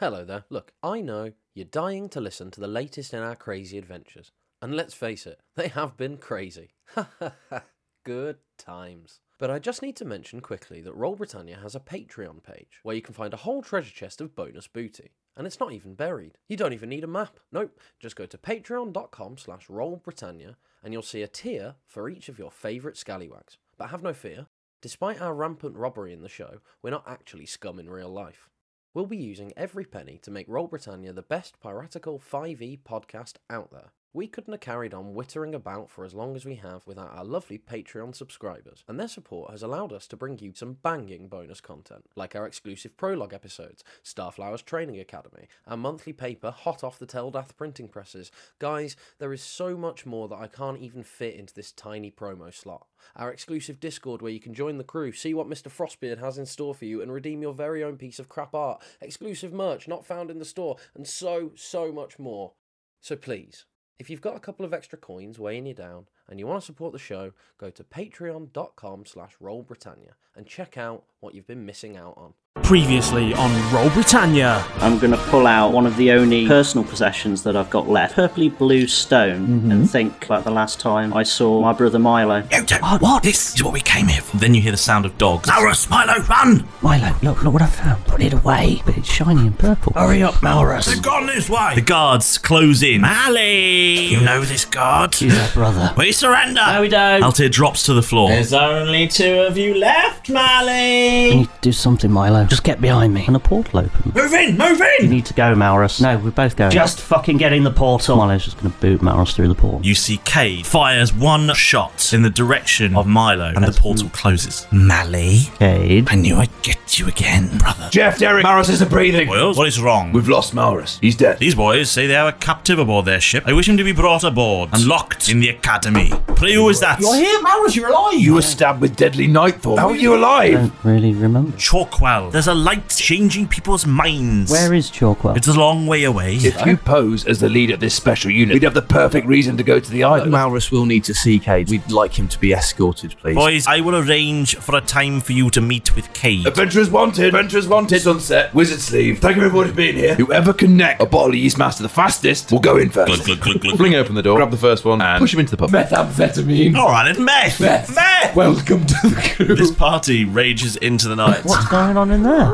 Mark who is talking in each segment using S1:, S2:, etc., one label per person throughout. S1: Hello there. Look, I know you're dying to listen to the latest in our crazy adventures. And let's face it, they have been crazy. Ha ha ha. Good times. But I just need to mention quickly that Roll Britannia has a Patreon page where you can find a whole treasure chest of bonus booty. And it's not even buried. You don't even need a map. Nope. Just go to patreon.com slash rollbritannia and you'll see a tier for each of your favourite scallywags. But have no fear, despite our rampant robbery in the show, we're not actually scum in real life. We'll be using every penny to make Roll Britannia the best piratical 5e podcast out there. We couldn't have carried on wittering about for as long as we have without our lovely Patreon subscribers, and their support has allowed us to bring you some banging bonus content, like our exclusive prologue episodes, Starflowers Training Academy, our monthly paper hot off the Teldath printing presses. Guys, there is so much more that I can't even fit into this tiny promo slot. Our exclusive Discord where you can join the crew, see what Mr. Frostbeard has in store for you, and redeem your very own piece of crap art, exclusive merch not found in the store, and so, so much more. So please, if you've got a couple of extra coins weighing you down and you want to support the show, go to patreon.com slash rollbritannia and check out what you've been missing out on.
S2: Previously on Roll Britannia.
S3: I'm going to pull out one of the only personal possessions that I've got left, purpley blue stone,
S2: Mm-hmm.
S3: and think about the last time I saw my brother Milo.
S4: No, don't. What? This is what we came here for. Then you hear the sound of dogs. Malrus, Milo, run!
S5: Milo, look, look what I found. Put it away, but it's shiny and purple. Hurry up, Malrus.
S4: gone this way!
S2: The guards close in.
S4: Mally! You know this guard?
S5: He's our brother.
S4: We surrender!
S3: we don't.
S2: Altair drops to the floor.
S3: only two of you left,
S5: We
S3: Mally.
S5: need to do something, Milo. Just get behind me. And the portal open.
S4: Move in! Move
S5: You
S4: in!
S5: need to go, Malrus. No, we're both going. Just fucking get in the portal. Milo's just gonna boot Malrus through the portal.
S2: You see Cade fires one shot in the direction of Milo and the portal closes.
S4: Mally,
S5: Cade.
S4: I knew I'd get you again, brother.
S6: Jeff, Derek, Maris isn't breathing.
S2: Boyles, what is wrong?
S6: We've lost Maris. He's dead.
S2: These boys say they are a captive aboard their ship. I wish him to be brought aboard and locked in the academy. Pray who is that?
S6: here, Maris. You're alive. You were stabbed with deadly nightfall. How are you alive?
S5: Don't really remember.
S2: Chalkwell. There's a light changing people's minds.
S5: Where is Chalkwell?
S2: It's a long way away.
S6: If you pose as the leader of this special unit, we'd have the perfect reason to go to the island.
S7: Malrus will need to see Cade. We'd like him to be escorted, please.
S2: Boys, I will arrange for a time for you to meet with Cade.
S6: Adventurers wanted. Adventurers wanted. Sunset. Wizard sleeve. Thank you everyone for being here. Whoever can neck a bottle of Yeastmaster the fastest will go in
S2: Glug,
S6: first.
S2: glug, glug, glug.
S7: Fling open the door, grab the first one, and push him into the pub.
S6: Methamphetamine.
S2: All right, it's meth.
S6: Meth.
S2: Meth.
S6: Welcome to the crew.
S2: This party rages into the night.
S5: What's going on in there?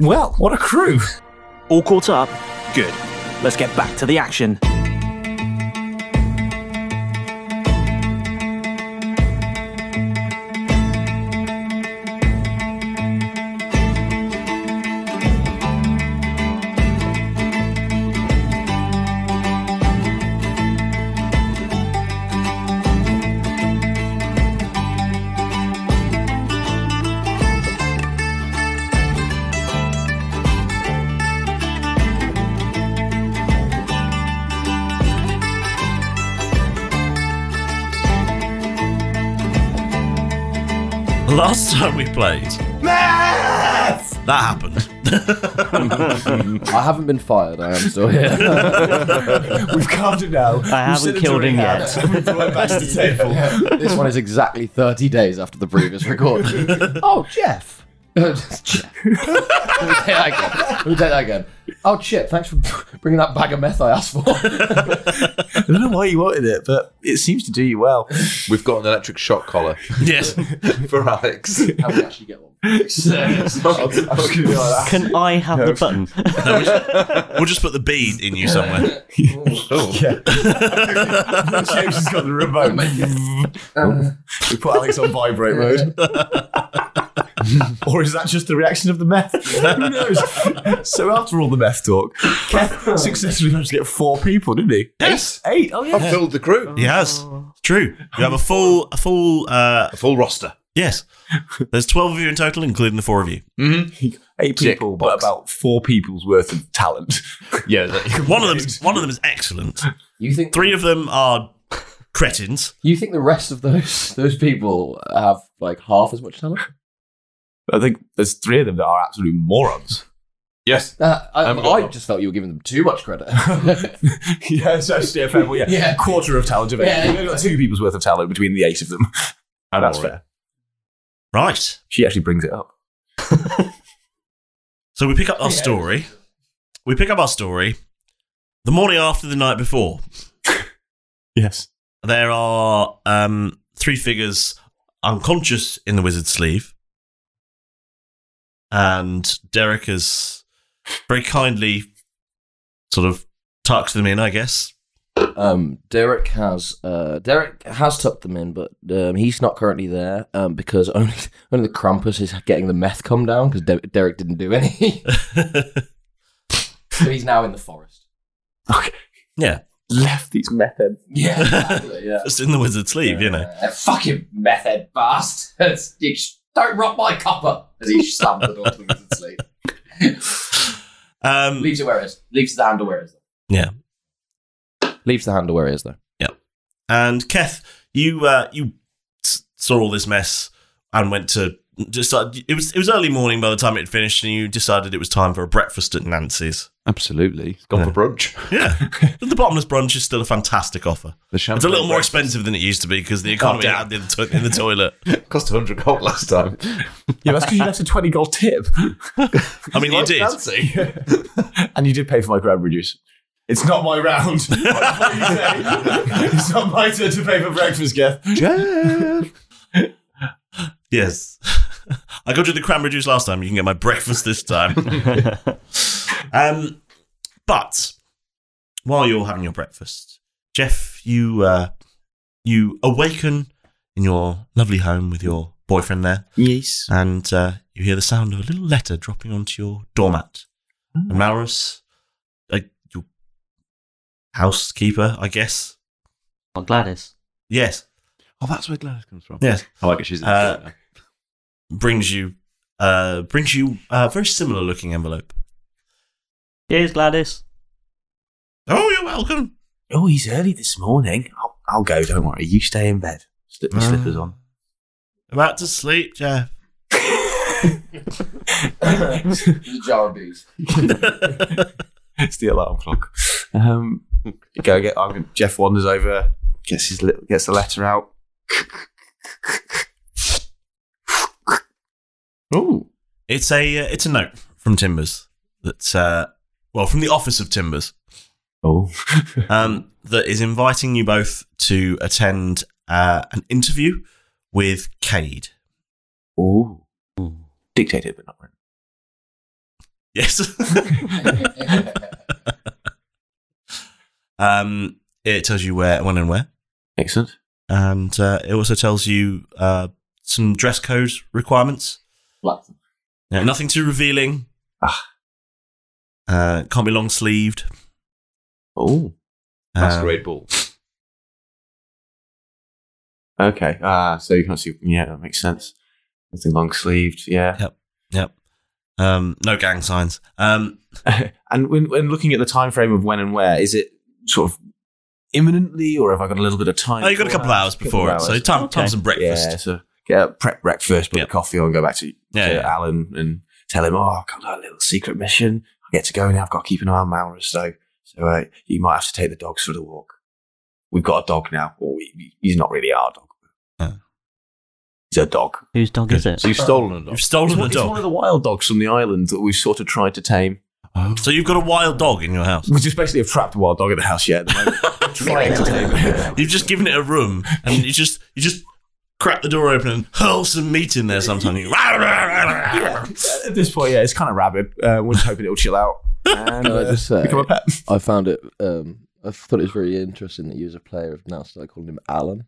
S8: Well, what a crew! All caught up? Good. Let's get back to the action.
S2: Last time we played,
S6: Meth!
S2: that happened.
S9: I haven't been fired. I am
S7: Oh,
S9: still here.
S7: We've calmed him down.
S5: I haven't killed him yet.
S9: this one is exactly 30 days after the previous recording. oh, Jeff. Just Jeff. Let me take that again. Let me take that again. Oh, Chip, thanks for bringing that bag of meth I asked for.
S7: I don't know why you wanted it, but it seems to do you well.
S6: We've got an electric shock collar
S2: yes.
S6: for Alex.
S9: How we actually get one?
S5: Can I have the button?
S2: We'll just put the bead in you somewhere.
S7: James has got the remote. Oh. we put Alex on vibrate mode. or is that just the reaction of the meth? Who knows? so after all the meth talk, Keth successfully managed to get four people, didn't he?
S2: Yes.
S7: Eight. Oh yeah.
S6: I've filled the crew.
S2: He has. It's True. You have a full, a full, uh,
S6: A full roster.
S2: yes. There's 12 of you in total, including the four of you.
S6: Mm-hmm.
S7: Eight
S6: Tick
S7: people,
S6: box.
S7: but about four people's worth of talent.
S6: Yeah.
S2: One of them, one of them is excellent.
S9: You think
S2: Three of them are cretins.
S9: you think the rest of those those people have like half as much talent?
S7: I think there's three of them that are absolute morons.
S6: yes.
S9: Uh, I,
S6: Haven't got
S9: I
S6: one.
S9: just felt you were giving them too much credit.
S7: yeah, so yeah, fair, well, yeah.
S9: Yeah.
S7: A quarter of talent of eight.
S9: Yeah.
S7: We've got two people's worth of talent between the eight of them. And that's fair.
S2: Right.
S7: She actually brings it up.
S2: So we pick up our story We pick up our story the morning after the night before.
S7: Yes.
S2: There are um, three figures unconscious in the wizard's sleeve. And Derek has very kindly sort of tucks them in, I guess.
S10: Um, Derek has uh, Derek has tucked them in, but um, he's not currently there um, because only only the Krampus is getting the meth come down because De- Derek didn't do any. so he's now in the forest.
S2: Yeah.
S7: Left these methods.
S1: Yeah, exactly, yeah.
S2: Just in the wizard's sleeve, you know.
S1: Uh, fucking meth head bastards. You sh- don't rock my copper. As he slams the door to the wizard's sleeve.
S2: Um,
S1: leaves it where it is. Leaves the hand where it is.
S2: Yeah.
S10: Leaves the handle where it is, though.
S2: Yep. And Keth, you uh, you s- saw all this mess and went to just it was it was early morning by the time it finished, and you decided it was time for a breakfast at Nancy's.
S7: Absolutely. Gone for brunch.
S2: Yeah, the bottomless brunch is still a fantastic offer.
S7: The
S2: it's a little more expensive than it used to be because the economy
S7: damn.
S2: had in the, to- in the toilet.
S7: Cost 100 gold last time. yeah, that's because you left a 20 gold tip.
S2: I mean, you
S7: like
S2: did.
S7: Nancy. and you did pay for my ground reduce. It's not my round. it's not my turn to pay for breakfast, Geth. Jeff.
S2: Yes. I got you the cranberry juice last time. You can get my breakfast this time. um, but while you're having your breakfast, Jeff, you uh, you awaken in your lovely home with your boyfriend there.
S8: Yes.
S2: And uh, you hear the sound of a little letter dropping onto your doormat. And Maurus, uh, your housekeeper, I guess.
S11: Oh, Gladys.
S2: Yes.
S7: Oh, that's where Gladys comes from.
S2: Yes.
S7: I like it. She's in the
S2: Uh,
S7: toilet
S2: brings you uh, brings you a very similar looking envelope.
S11: Cheers, Gladys.
S2: Oh, you're welcome.
S8: Oh, he's early this morning. I'll, I'll go, don't worry. You stay in bed. Slip
S7: Uh,
S8: my
S2: Ah.
S8: slippers on.
S2: About to sleep, Jeff.
S1: The jar of booze.
S7: now. it's the alarm clock. Um, go get. I mean, Jeff wanders over, gets his lit- gets the letter out. Ooh,
S2: It's a uh, it's a note from Timbers that's uh, well from the office of Timbers.
S7: Oh.
S2: um, that is inviting you both to attend uh, an interview with Cade.
S7: ooh, dictated but not written.
S2: Yes. um, it tells you where, when, and where,
S7: Excellent.
S2: and uh, it also tells you uh, some dress code requirements.
S1: Black.
S2: Yeah, nothing too revealing.
S7: Ah.
S2: Uh, can't be long sleeved.
S7: Oh,
S2: Um,
S8: Uh,
S7: masquerade ball. Okay. Ah, so you can't see. Yeah, that makes sense. Nothing long sleeved. Yeah.
S2: Yep. Yep. Um, no gang signs. Um,
S7: and when, when looking at the time frame of when and where, is it sort of imminently, or have I got a little bit of time?
S2: oh, you got a couple of hours before it, so time, time for some breakfast.
S7: Yeah, so get a prep breakfast, put
S2: Yep.
S7: a coffee on, go back to,
S2: Yeah,
S7: to
S2: yeah.
S7: Alan and tell him, oh, I've got a little secret mission. I get to go now. I've got to keep an eye on Maurus, though. So uh, you might have to take the dogs for the walk. We've got a dog now. Well, we, we- he's not really our dog.
S2: Oh.
S7: He's a dog.
S11: Whose dog is it?
S7: So you've stolen a dog.
S2: You've stolen
S7: It's
S2: a
S7: one- it's one
S2: dog,
S7: of the wild dogs from the island that we've sort of tried to tame.
S2: Oh. so you've got a wild dog in your house.
S7: Which is basically a trapped wild dog at the house yet. At the moment. Trying to tame it.
S2: You've just given it a room, and you just you just crack the door open and hurl some meat in there. Sometimes you.
S7: At this point, yeah, it's kind of rabid. Uh, we're just hoping it'll chill out
S10: Can
S7: and
S10: I
S7: uh,
S10: just say-
S7: become a pet.
S10: I found it. Um, I thought it was really interesting that you, as a player, have now started calling him Alan.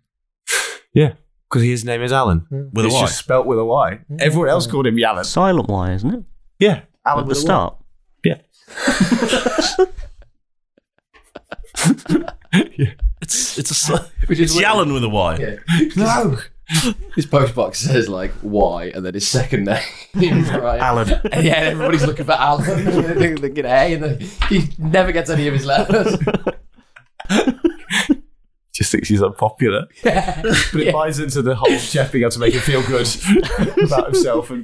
S7: Because his name is Alan.
S2: With a
S7: it's
S2: Y.
S7: just spelt with a Y. Everyone
S12: Mm.
S7: else called him Yalan.
S11: Silent Y, isn't it?
S7: Yeah, Alan
S11: At the
S7: with a Y.
S11: start.
S2: It's it's a sl- it's Yallen with a Y.
S7: No,
S1: His postbox says like why, and then his second name, right?
S7: Alan.
S1: And yeah, everybody's looking for Alan. they they get A, and then he never gets any of his letters.
S7: Just thinks he's unpopular. But it buys into the whole Jeff being able to make him feel good about himself.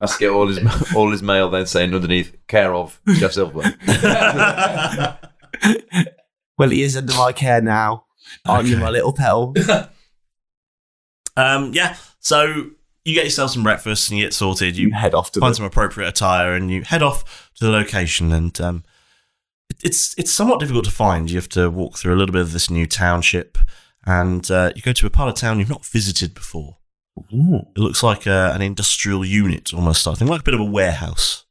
S7: And
S13: Has to get all his all his mail then saying underneath care of Jeff Silver.
S7: well, he is under my care now. I'm my little pal.
S2: Um, yeah. So you get yourself some breakfast and you get sorted. You,
S14: head off to
S2: find
S14: the-
S2: some appropriate attire and you head off to the location. And um, it- it's it's somewhat difficult to find. You have to walk through a little bit of this new township, and uh, you go to a part of town you've not visited before. It looks like a, an industrial unit almost. I think like a bit of a warehouse.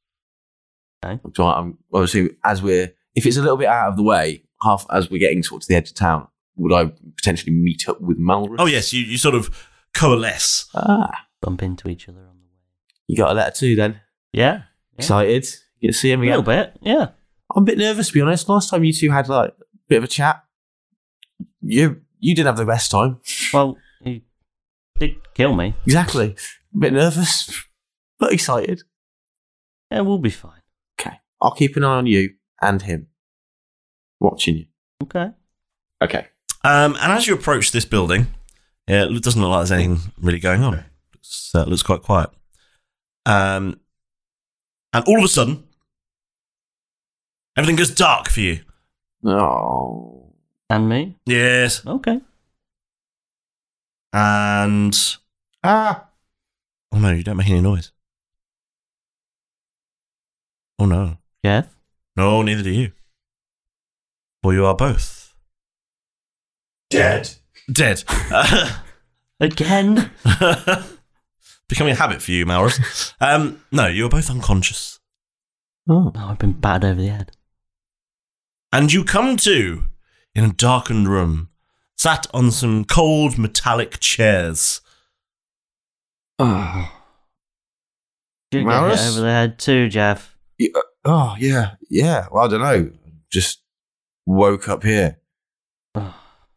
S7: So I'm obviously as we're if it's a little bit out of the way, half as we're getting sort of to the edge of town, would I potentially meet up with Malrus?
S2: Oh yes, you, you sort of coalesce.
S7: Ah.
S11: Bump into each other on the way.
S7: You got a letter too then?
S11: Yeah.
S7: Excited? You see him again?
S11: A little bit, yeah.
S7: I'm a bit nervous to be honest. Last time you two had like a bit of a chat. You you didn't have the best time.
S11: Well, he did kill me.
S7: Exactly. A bit nervous, but excited.
S11: Yeah, we'll be fine.
S7: Okay. I'll keep an eye on you and him. Watching you.
S11: Okay.
S7: Okay.
S2: Um, and as you approach this building, yeah, it doesn't look like there's anything really going on. Looks, uh, looks quite quiet. Um, and all of a sudden, everything goes dark for you.
S7: Oh.
S11: And me?
S2: Yes.
S11: Okay.
S2: And
S7: ah.
S2: Oh no, you don't make any noise. Oh no.
S11: Jeff?
S2: No, neither do you. For you are both
S14: Dead.
S2: dead.
S11: Again.
S2: Becoming a habit for you, Malrus. Um, no, you are both unconscious.
S7: Oh.
S11: I've been battered over the head.
S2: and you come to in a darkened room, sat on some cold metallic chairs.
S7: Ah.
S11: You get hit
S7: Maurus?
S11: over the head too, Jeff.
S7: Yeah, uh, oh yeah, yeah. Well, I don't know. Just woke up here.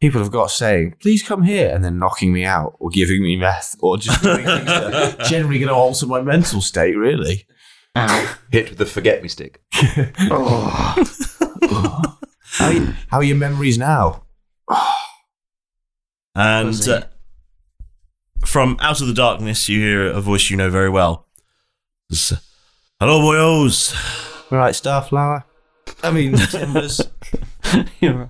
S7: People have got saying, "Please come here," and then knocking me out or giving me meth or just doing things that are generally going to alter my mental state. Really.
S13: Hit with the forget me stick.
S7: Oh. how, are you- how are your memories now?
S2: And uh, from out of the darkness, you hear a voice you know very well. It's, Hello, boyos.
S7: Right, Starflower. I mean, Timbers.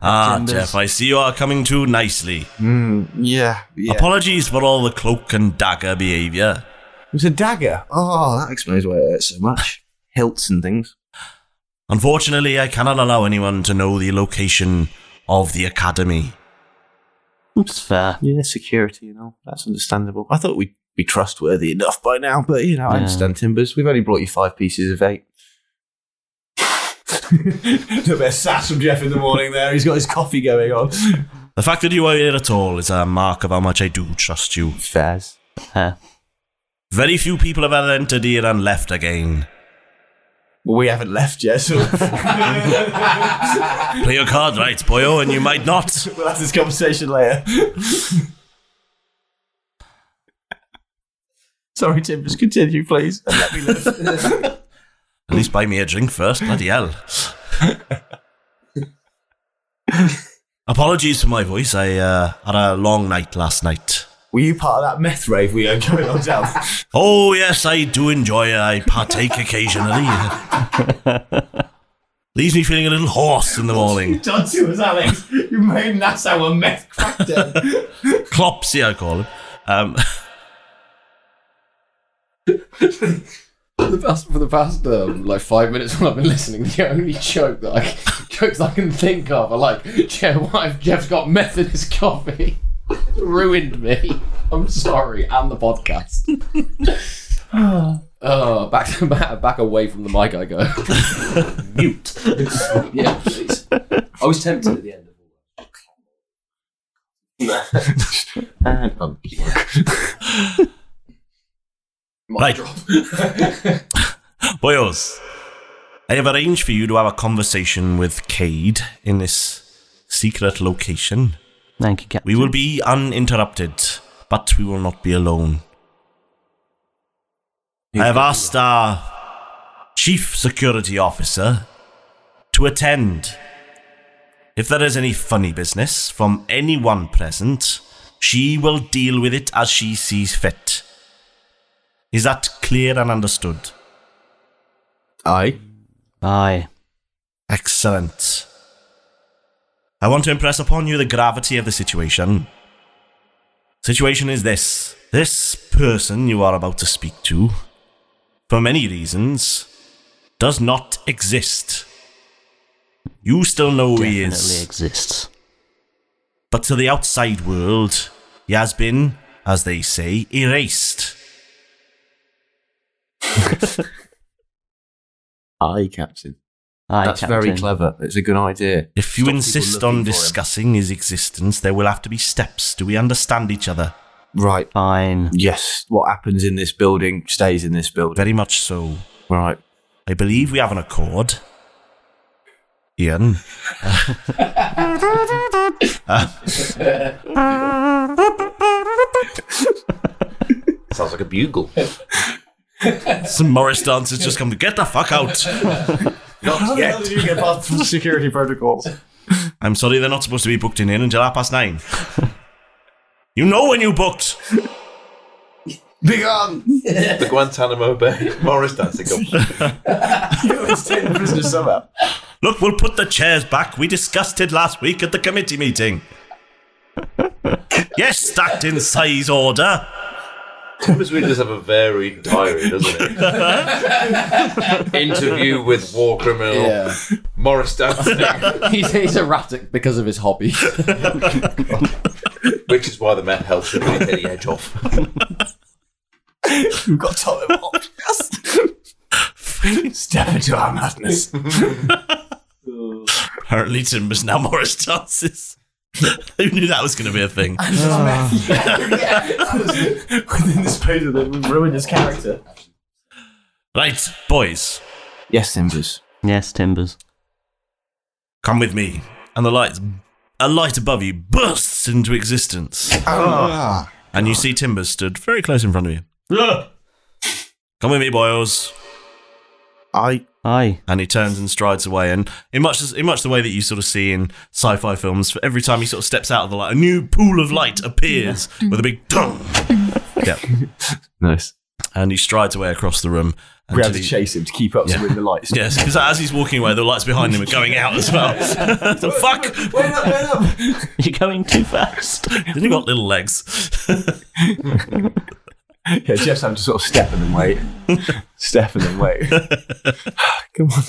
S2: Ah, Jeff, I see you are coming to nicely.
S7: Hmm, yeah, yeah.
S2: Apologies for all the cloak and dagger behavior.
S7: It was a dagger. Oh, that explains why it hurts so much. Hilts and things.
S2: Unfortunately, I cannot allow anyone to know the location of the academy.
S11: It's fair.
S7: Yeah, security and all. That's understandable. I thought we'd be trustworthy enough by now, but you know, I
S11: Yeah.
S7: understand Timbers. We've only brought you five pieces of eight.
S14: Little bit of sass from Jeff in the morning there. He's got his coffee going on.
S2: The fact that you are here at all is a mark of how much I do trust you.
S7: Fairs.
S2: Very few people have ever entered here and left again.
S7: Well, we haven't left yet, so
S2: Play your card right, boyo, and you might not.
S14: we'll have this conversation later.
S7: Sorry, Timbers, continue, please. And let me live.
S2: At least buy me a drink first, bloody hell. Apologies for my voice. I uh, had a long night last night.
S14: Were you part of that meth rave we had going on down?
S2: Oh yes, I do enjoy. I partake occasionally. Leaves me feeling a little hoarse in the morning.
S14: done to us, Alex. You made Nassau a meth crackdown.
S2: Clopsy, I call him. Um,
S1: The past, for the past um, like five minutes when I've been listening, the only joke that I jokes I can think of are like Jeff, why Jeff's got meth in his coffee. Ruined me. I'm sorry, and the podcast. Oh, back to back, back away from the mic. I go mute. yeah, please. I was tempted at the end.
S2: right, boyos. I have arranged for you to have a conversation with Cade in this secret location.
S11: Thank you, Captain.
S2: We will be uninterrupted, but we will not be alone. I have asked our chief security officer to attend. If there is any funny business from anyone present, she will deal with it as she sees fit. Is that clear and understood?
S7: Aye.
S11: Aye.
S2: Excellent. I want to impress upon you the gravity of the situation. Situation is this this person you are about to speak to, for many reasons, does not exist. You still know he is.
S11: Definitely
S2: exists. But to the outside world, he has been, as they say, erased.
S7: Aye, Captain.
S11: Aye,
S7: That's very
S2: Captain.
S7: clever. It's a good idea.
S2: If you insist on discussing his existence, there will have to be steps. Do we understand each other?
S7: Right.
S11: Fine.
S7: Yes. What happens in this building stays in this building.
S2: Very much so.
S7: Right.
S2: I believe we have an accord. Ian.
S11: Oh.
S13: Sounds like a bugle.
S2: Some Morris dancers just come to get the fuck out.
S14: Not yet. How did you get past the security protocols?
S2: I'm sorry, they're not supposed to be booked in here until half past nine. you know when you booked.
S13: Big on the Guantanamo Bay Morris dancing company.
S2: Look, we'll put the chairs back. We discussed it last week at the committee meeting. yes, stacked in size order.
S13: Thomas Reed does have a varied diary, doesn't it? Interview with war criminal
S1: Yeah.
S13: Morris dancing,
S1: he's, he's erratic because of his hobby.
S13: which is why the Met helps him take any edge off.
S14: We've got Tom and Bob. Step into our madness.
S2: Apparently, Timber's now Morris dances. Who knew that was going to be a thing?
S14: Within this page of them, we've ruined his character.
S2: Right, boys.
S7: Yes, Timbers.
S11: Yes, Timbers.
S2: Come with me. And the lights, a light above you bursts into existence.
S14: Ah.
S2: and you see Timbers stood very close in front of you. Come with me, boys.
S7: Aye.
S11: Aye.
S2: And he turns and strides away. And in much, as- in much the way that you sort of see in sci fi films, for every time he sort of steps out of the light, a new pool of light appears with a big dung. yeah.
S7: Nice.
S2: And he strides away across the room.
S14: We have
S2: until
S14: to
S2: he-
S14: chase him to keep up
S2: Yeah.
S14: with the lights.
S2: Yes, because as he's walking away, the lights behind him are going out as well. the fuck?
S14: Wait up, wait up.
S11: You're going too fast.
S2: Then you got little legs.
S14: Yeah, Jeff's having to sort of step and then wait. step and then wait. Come on.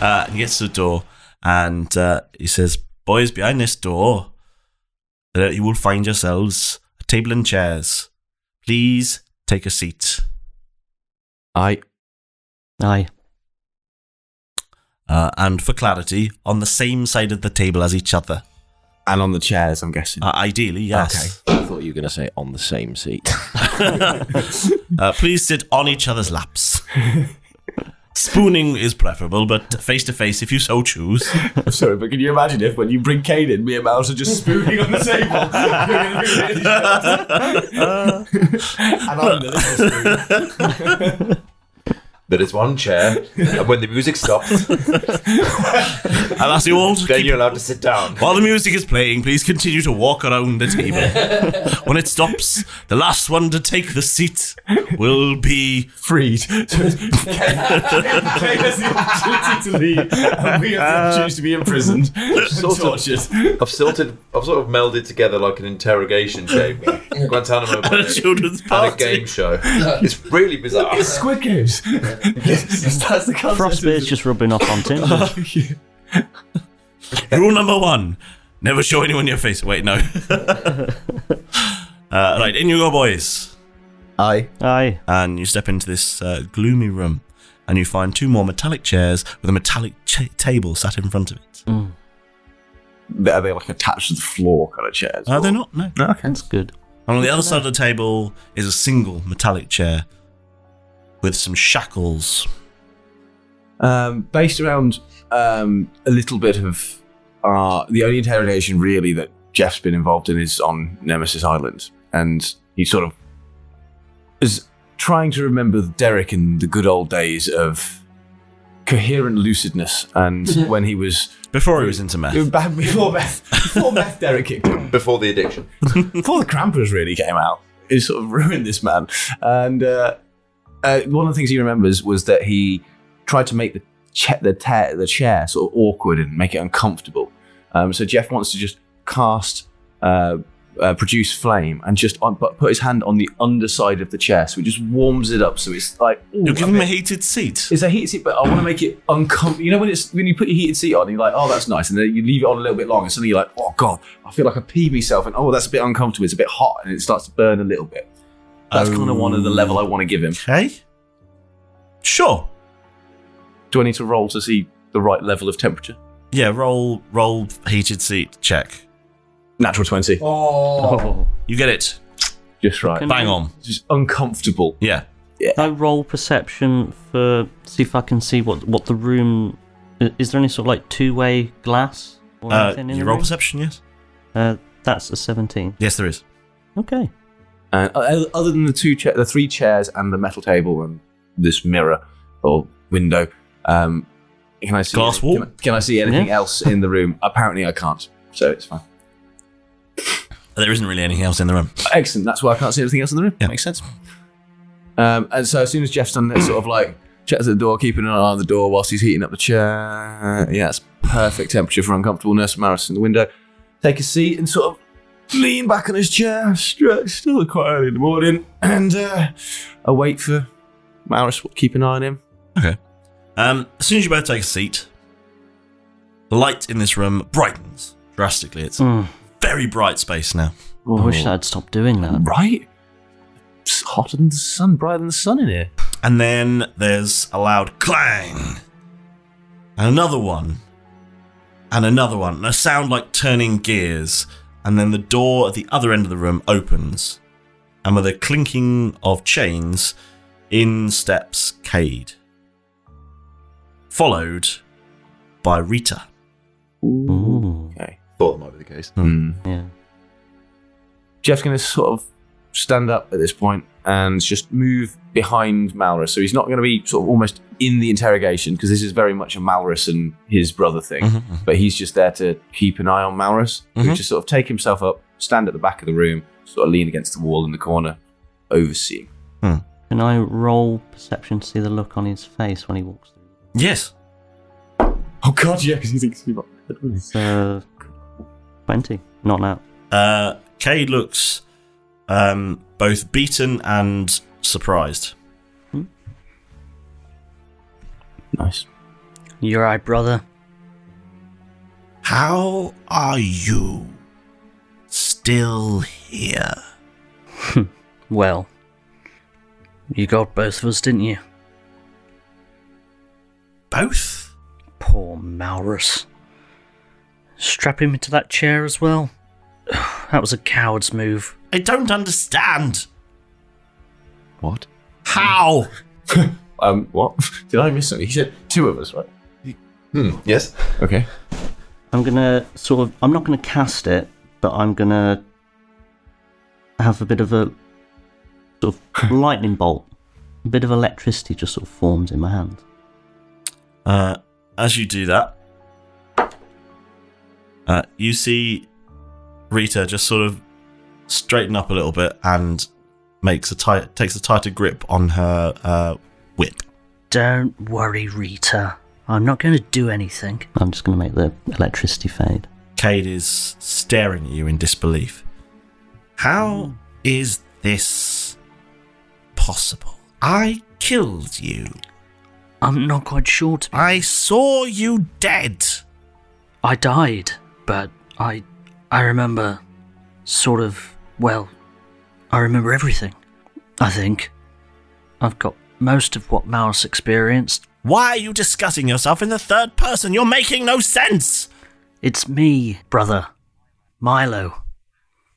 S2: Uh, and he gets to the door and uh, he says, Boys, behind this door, there you will find yourselves a table and chairs. Please take a seat.
S7: Aye.
S11: Aye.
S2: Uh, and for clarity, on the same side of the table as each other.
S7: And on the chairs, I'm guessing.
S2: Uh, ideally, yes.
S10: I thought you were going to say on the same seat.
S2: Uh, please sit on each other's laps. Spooning is preferable, but face to face if you so choose.
S14: I'm sorry, but can you imagine if when you bring Kane in, me and Miles are just spooning on the table? and I'm the little spoon.
S13: There is one chair, and when the music stops, and
S2: that's you all.
S13: Then you're allowed to sit down.
S2: While the music is playing, please continue to walk around the table. when it stops, the last one to take the seat will be
S14: freed. Kane has the opportunity to leave, and we have
S7: Uh,
S14: the opportunity to be imprisoned.
S13: Sort
S14: Tortured.
S13: I've silted, I've sort of melded together like an interrogation chamber, Guantanamo Bay,
S14: And a children's
S13: and a game show. It's really bizarre.
S14: It's Squid Games. That's the concept.
S11: Frostbite's just rubbing off on Timbers.
S2: rule number one: never show anyone your face. Wait, no. Uh, right, in you go, boys.
S7: Aye.
S11: Aye.
S2: And you step into this uh, gloomy room, and you find two more metallic chairs with a metallic ch- table sat in front of it.
S14: Are they Mm. like attached to the floor kind of chairs?
S2: Are they not? No.
S14: Okay.
S11: That's good.
S2: And on the other side of the table is a single metallic chair with some shackles.
S7: Um, based around um, a little bit of uh, the only interrogation really that Jeff's been involved in is on Nemesis Island, and he sort of is trying to remember Derek in the good old days of coherent lucidness, and when he was
S2: before he was into meth,
S14: Before meth, before meth, Derek kicked him.
S13: Before the addiction.
S14: before the crampers really came out,
S7: it sort of ruined this man. And uh, uh, one of the things he remembers was that he tried to make the cha- the, ta- the chair sort of awkward and make it uncomfortable. Um, so Jeff wants to just cast uh, uh, produce flame and just un- but put his hand on the underside of the chair, so it just warms it up. So it's like
S2: You're giving him a heated seat.
S7: It's a heated seat, but I want to make it uncomfortable. You know when it's when you put your heated seat on, and you're like, oh, that's nice, and then you leave it on a little bit longer, and suddenly you're like, oh god, I feel like I peed myself, and oh, that's a bit uncomfortable. It's a bit hot, and it starts to burn a little bit. That's kind of one of the level I want to give him.
S2: Okay. Sure.
S7: Do I need to roll to see the right level of temperature?
S2: Yeah, roll roll heated seat check.
S7: Natural twenty.
S1: Oh.
S2: You get it.
S7: Just right.
S2: Bang on.
S7: Just uncomfortable.
S2: Yeah.
S11: Can I roll perception for see if I can see what what the room i- is. There any sort of like two way glass? Or
S2: Uh,
S11: anything in
S2: you
S11: the
S2: roll
S11: room?
S2: perception, yes.
S11: Uh, that's a seventeen.
S2: Yes, there is.
S11: Okay.
S7: And uh, o- o- other than the two, cha- the three chairs and the metal table and this mirror or window, um, can I see
S2: Glass wall?
S7: Can I, can I see anything else in the room? Apparently, I can't, so it's fine.
S2: There isn't really anything else in the room.
S7: Excellent. That's why I can't see anything else in the room. Makes sense. Um, and so as soon as Jeff's done that, sort of like checks at the door, keeping an eye on the door whilst he's heating up the chair. Yeah, it's perfect temperature for uncomfortableness. Maris in the window, take a seat and sort of lean back on his chair, stretch. Still quite early in the morning, and uh, I wait for Maris. Keep an eye on him.
S2: Okay. Um, as soon as you both take a seat, the light in this room brightens drastically. It's a very bright space now.
S11: Mm. I wish that I'd stopped doing that.
S7: Oh. Right? It's hotter than the sun, brighter than the sun in here.
S2: And then there's a loud clang. And another one. And another one. And a sound like turning gears. And then the door at the other end of the room opens. And with a clinking of chains, in steps Cade. Followed by Rita.
S7: Okay.
S13: Thought that might be the case.
S11: Yeah.
S7: Hmm. Jeff's going to sort of stand up at this point and just move behind Malrus. So he's not going to be sort of almost in the interrogation because this is very much a Malrus and his brother thing. But he's just there to keep an eye on Malrus, who
S2: Mhm.
S7: just sort of take himself up, stand at the back of the room, sort of lean against the wall in the corner, overseeing.
S11: Can I roll perception to see the look on his face when he walks through?
S2: Yes.
S14: Oh god, yeah, because he thinks he's not
S11: So twenty, not out.
S2: Uh, Cade looks um, both beaten and surprised.
S11: Hmm.
S7: Nice.
S5: You're right, brother.
S15: How are you still here?
S5: Well, you got both of us, didn't you?
S15: Both?
S5: Poor Maurus. Strap him into that chair as well? that was a coward's move.
S15: I don't understand.
S7: What?
S15: How?
S7: Um, what? Did I miss something? He said two of us, right?
S13: Yes.
S7: Okay.
S11: I'm gonna sort of. I'm not gonna cast it, but I'm gonna have a bit of a sort of lightning bolt, a bit of electricity just sort of forms in my hand.
S2: Uh, as you do that, uh, you see Rita just sort of straighten up a little bit and makes a tight takes a tighter grip on her uh, whip.
S5: Don't worry, Rita. I'm not going to do anything.
S11: I'm just gonna make the electricity fade.
S2: Cade is staring at you in disbelief. How is this possible? I killed you.
S5: I'm not quite sure. To be
S15: I saw you dead.
S5: I died, but I, I remember, sort of. Well, I remember everything. I think. I've got most of what Maurus experienced.
S15: Why are you discussing yourself in the third person? You're making no sense.
S5: It's me, brother, Milo.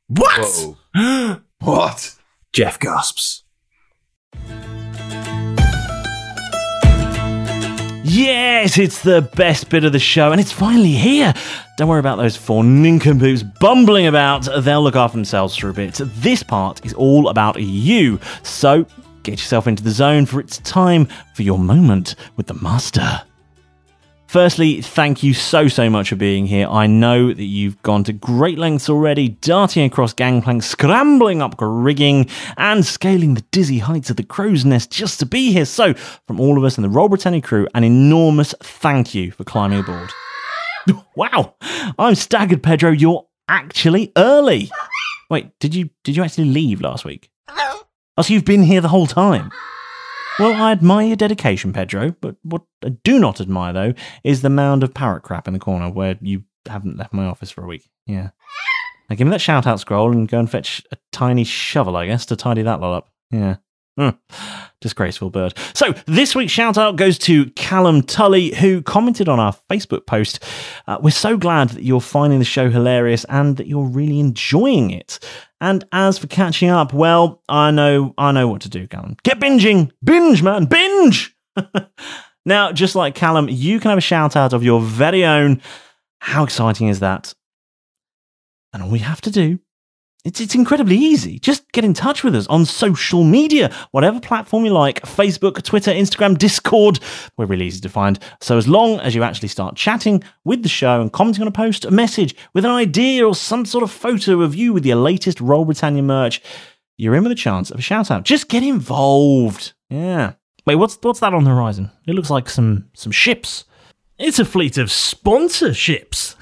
S15: What?
S13: what?
S7: Jeff gasps.
S4: Yes, it's the best bit of the show, and it's finally here. Don't worry about those four nincompoops bumbling about. They'll look after themselves for a bit. This part is all about you. So get yourself into the zone, for it's time for your moment with the master. Firstly, thank you so, so much for being here. I know that you've gone to great lengths already, darting across gangplanks, scrambling up rigging, and scaling the dizzy heights of the crow's nest just to be here. So, from all of us in the Royal Britannia crew, an enormous thank you for climbing aboard. wow, I'm staggered, Pedro. You're actually early. Wait, did you did you actually leave last week? Oh, so you've been here the whole time. Well, I admire your dedication, Pedro, but what I do not admire, though, is the mound of parrot crap in the corner where you haven't left my office for a week. Yeah. Now give me that shout out scroll and go and fetch a tiny shovel, I guess, to tidy that lot up. Yeah. Hmm. Disgraceful bird. So this week's shout out goes to Callum Tully, who commented on our Facebook post. Uh, we're so glad that you're finding the show hilarious and that you're really enjoying it. And as for catching up, well, I know, I know what to do, Callum. Get binging, binge, man, binge. now, just like Callum, you can have a shout out of your very own. How exciting is that? And all we have to do it's, it's incredibly easy. Just get in touch with us on social media, whatever platform you like Facebook, Twitter, Instagram, Discord. We're really easy to find. So, as long as you actually start chatting with the show and commenting on a post, a message with an idea or some sort of photo of you with your latest Roll Britannia merch, you're in with a chance of a shout out. Just get involved. Yeah. Wait, what's, what's that on the horizon? It looks like some, some ships. It's a fleet of sponsorships.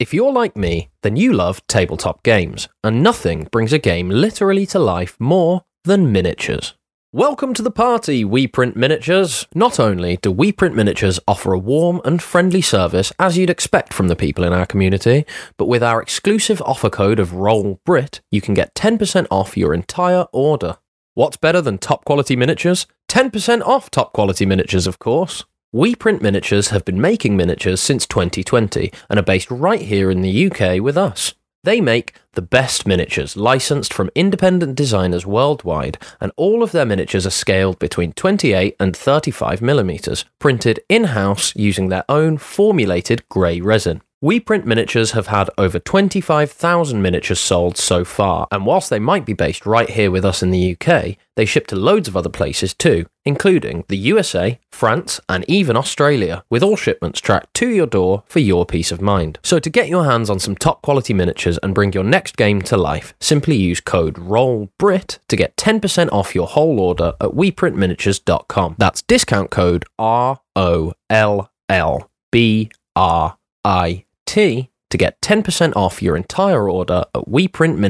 S1: If you're like me, then you love tabletop games, and nothing brings a game literally to life more than miniatures. Welcome to the party, We Print Miniatures! Not only do We Print Miniatures offer a warm and friendly service as you'd expect from the people in our community, but with our exclusive offer code of ROLLBRIT, you can get 10% off your entire order. What's better than top quality miniatures? 10% off top quality miniatures, of course. We Print Miniatures have been making miniatures since 2020 and are based right here in the UK with us. They make the best miniatures licensed from independent designers worldwide, and all of their miniatures are scaled between 28 and 35 millimeters, printed in house using their own formulated grey resin. We Print Miniatures have had over 25,000 miniatures sold so far, and whilst they might be based right here with us in the UK, they ship to loads of other places too, including the USA, France, and even Australia, with all shipments tracked to your door for your peace of mind. So to get your hands on some top quality miniatures and bring your next game to life, simply use code ROLLBRIT to get 10% off your whole order at weprintminiatures.com. That's discount code R O L L B R I T to get 10% off your entire order at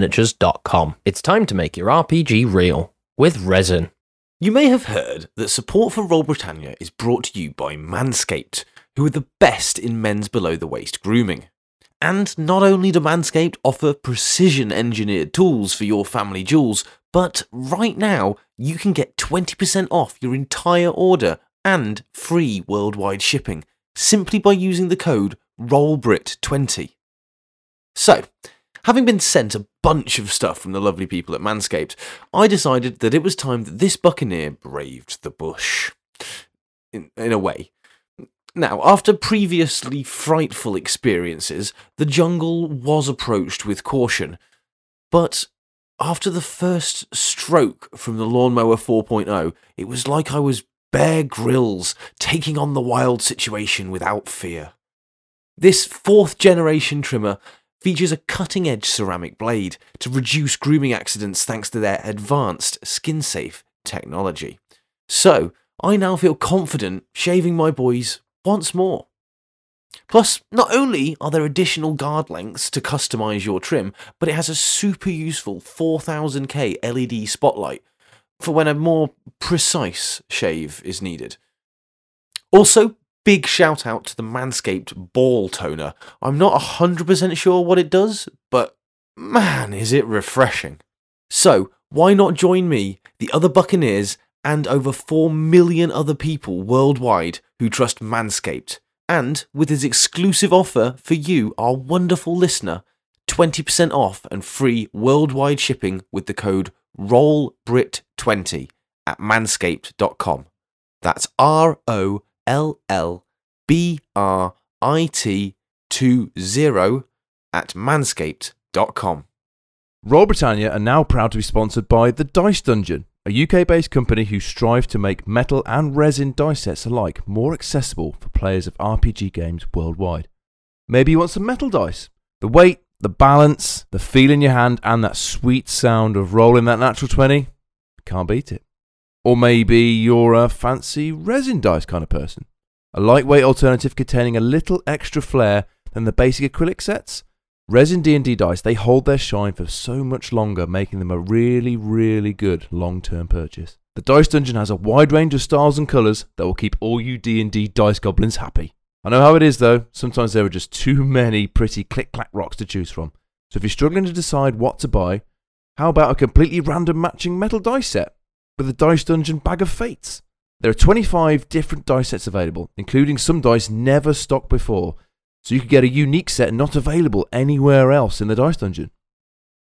S1: weprintminiatures.com. It's time to make your RPG real with resin.
S12: You may have heard that support for Roll Britannia is brought to you by Manscaped, who are the best in men's below the waist grooming. And not only do Manscaped offer precision engineered tools for your family jewels, but right now you can get 20% off your entire order and free worldwide shipping simply by using the code ROLLBRIT20. So, Having been sent a bunch of stuff from the lovely people at Manscaped, I decided that it was time that this buccaneer braved the bush. In, in a way. Now, after previously frightful experiences, the jungle was approached with caution. But after the first stroke from the Lawnmower 4.0, it was like I was Bear Grylls taking on the wild situation without fear. This fourth generation trimmer features a cutting edge ceramic blade to reduce grooming accidents thanks to their advanced skin safe technology. So, I now feel confident shaving my boys once more. Plus, not only are there additional guard lengths to customize your trim, but it has a super useful 4000K LED E spotlight for when a more precise shave is needed. Also, big shout out to the Manscaped Ball Toner. I'm not 100% sure what it does, but man, is it refreshing. So, why not join me, the other Buccaneers, and over 4 million other people worldwide who trust Manscaped? And with his exclusive offer for you, our wonderful listener, 20% off and free worldwide shipping with the code ROLLBRIT20 at manscaped.com. That's R O. L L B R I T 20 at manscaped.com.
S6: Royal Britannia are now proud to be sponsored by The Dice Dungeon, a UK based company who strive to make metal and resin dice sets alike more accessible for players of RPG games worldwide. Maybe you want some metal dice. The weight, the balance, the feel in your hand, and that sweet sound of rolling that natural 20. Can't beat it. Or maybe you're a fancy resin dice kind of person. A lightweight alternative containing a little extra flair than the basic acrylic sets. Resin D&D dice, they hold their shine for so much longer, making them a really, really good long-term purchase. The Dice Dungeon has a wide range of styles and colours that will keep all you D&D dice goblins happy. I know how it is though, sometimes there are just too many pretty click-clack rocks to choose from. So if you're struggling to decide what to buy, how about a completely random matching metal dice set with the Dice Dungeon Bag of Fates? There are 25 different dice sets available, including some dice never stocked before, so you could get a unique set not available anywhere else in the Dice Dungeon.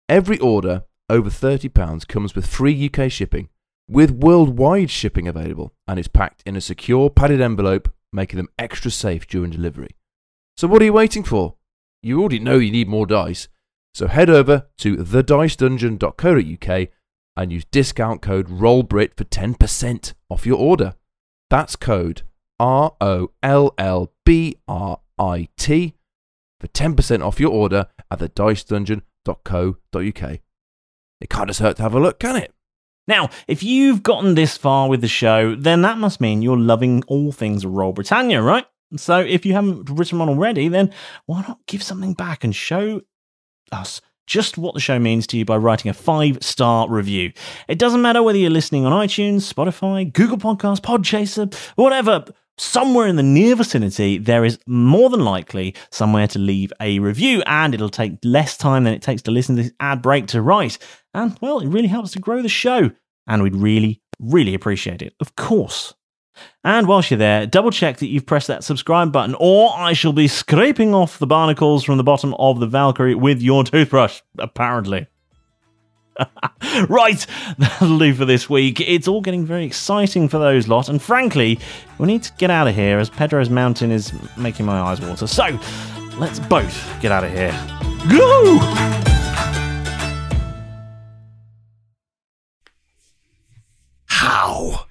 S6: Every order over £30 comes with free UK shipping, with worldwide shipping available, and is packed in a secure padded envelope, making them extra safe during delivery. So what are you waiting for? You already know you need more dice, so head over to thedicedungeon.co.uk and use discount code ROLLBRIT for 10% off your order. That's code R O L L B R I T for 10% off your order at thedicedungeon.co.uk. It can't just hurt to have a look, can it?
S4: Now, if you've gotten this far with the show, then that must mean you're loving all things Royal Britannia, right? So if you haven't written one already, then why not give something back and show us just what the show means to you by writing a five star review. It doesn't matter whether you're listening on iTunes, Spotify, Google Podcasts, Podchaser, whatever. Somewhere in the near vicinity, there is more than likely somewhere to leave a review, and it'll take less time than it takes to listen to this ad break to write. And well, it really helps to grow the show, and we'd really, really appreciate it. Of course. And whilst you're there, double check that you've pressed that subscribe button, or I shall be scraping off the barnacles from the bottom of the Valkyrie with your toothbrush, apparently. right, that'll do for this week. It's all getting very exciting for those lot, and frankly, we need to get out of here as Pedro's mountain is making my eyes water. So, let's both get out of here. Go!
S16: How?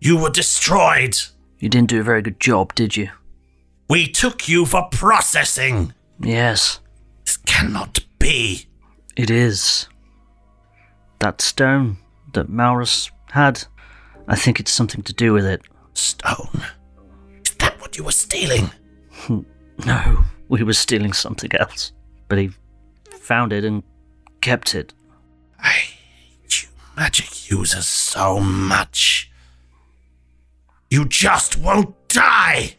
S16: You were destroyed.
S5: You didn't do a very good job, did you?
S16: We took you for processing.
S5: Yes,
S16: This cannot be.
S5: it is. That stone that Maurus had, I think it's something to do with it.
S16: Stone? Is that what you were stealing?
S5: No, we were stealing something else. But he found it and kept it.
S16: Magic uses so much. You just won't die.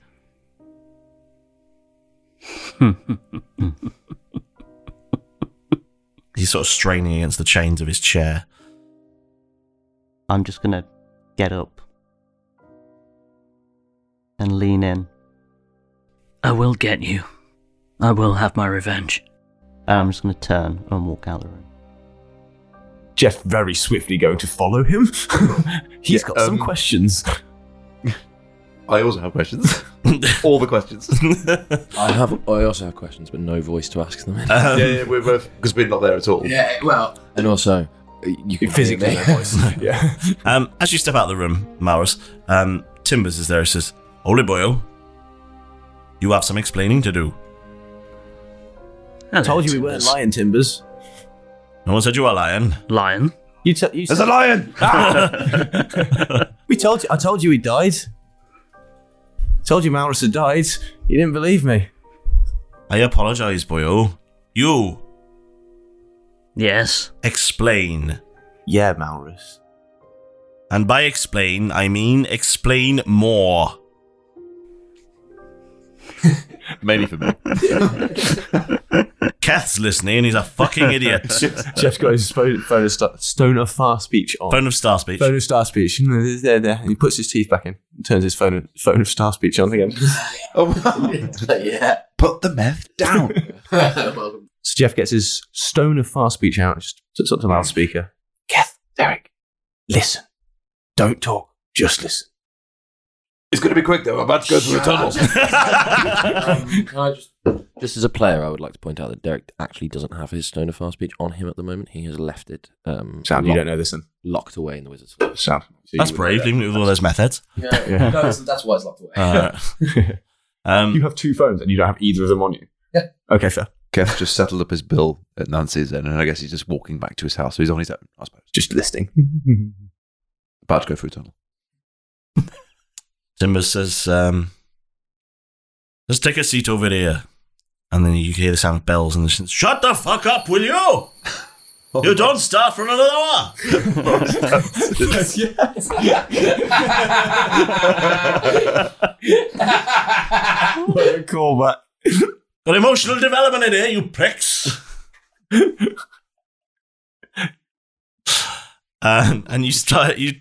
S2: He's sort of straining against the chains of his chair.
S17: I'm just going to get up and lean in.
S5: I will get you. I will have my revenge.
S17: And I'm just going to turn and walk out the room.
S7: Jeff very swiftly going to follow him. He's got some questions.
S18: I also have questions. All the questions.
S1: I have. I also have questions, but no voice to ask them.
S7: Um,
S18: yeah, yeah, we're both because we're not there at all.
S19: Yeah, well,
S1: And also, uh, you can physically
S7: yeah.
S2: Um, as you step out of the room, Maurus, um, Timbers is there. He says, "Holy boyo, you have some explaining to do."
S12: I told you we weren't lying, Timbers.
S2: No one said you were lying.
S5: Lion?
S12: You, t- you
S2: There's a
S12: said-
S2: lion!
S12: we told you. I told you he died.
S2: Told you Maurus had died. You didn't believe me. I apologise, boyo. You.
S5: Yes.
S2: Explain. Yeah, Maurus. And by explain, I mean explain more. Mainly for me. Keth's listening and he's a fucking idiot.
S7: Jeff's got his phone, phone of star, stone of far speech on.
S2: Phone of star speech.
S7: Phone of star speech. There, there. And he puts his teeth back in. And turns his phone, phone of star speech on again.
S19: yeah.
S7: Put the meth down.
S19: Welcome.
S7: So Jeff gets his stone of far speech out, and just puts it up to loudspeaker. Keth, Derek, listen. Don't talk. Just listen.
S20: It's going to be quick though. I'm about to go through a tunnel.
S19: Um,
S1: Can I just, just as a player, I would like to point out that Derek actually doesn't have his stone of fast speech on him at the moment. He has left it. Um,
S7: Sam, you
S1: locked-
S7: don't know this, then.
S1: Locked away in the wizard's.
S7: Sam.
S2: That's brave, leaving it with all those methods.
S7: Yeah. No,
S19: that's- that's why it's locked away.
S2: um,
S7: you have two phones, and you don't have either of them on you.
S19: Yeah.
S7: Okay, fair.
S21: Kev just settled up his bill at Nancy's then, and I guess he's just walking back to his house. So he's on his own, I suppose.
S7: Just listening.
S21: About to go through a tunnel.
S2: Timbers says, um, let's take a seat over here. And then you hear the sound of bells and the shut the fuck up, will you? you don't start for another hour.
S14: What a callback.
S2: Got emotional development in here, you pricks. um, and you start you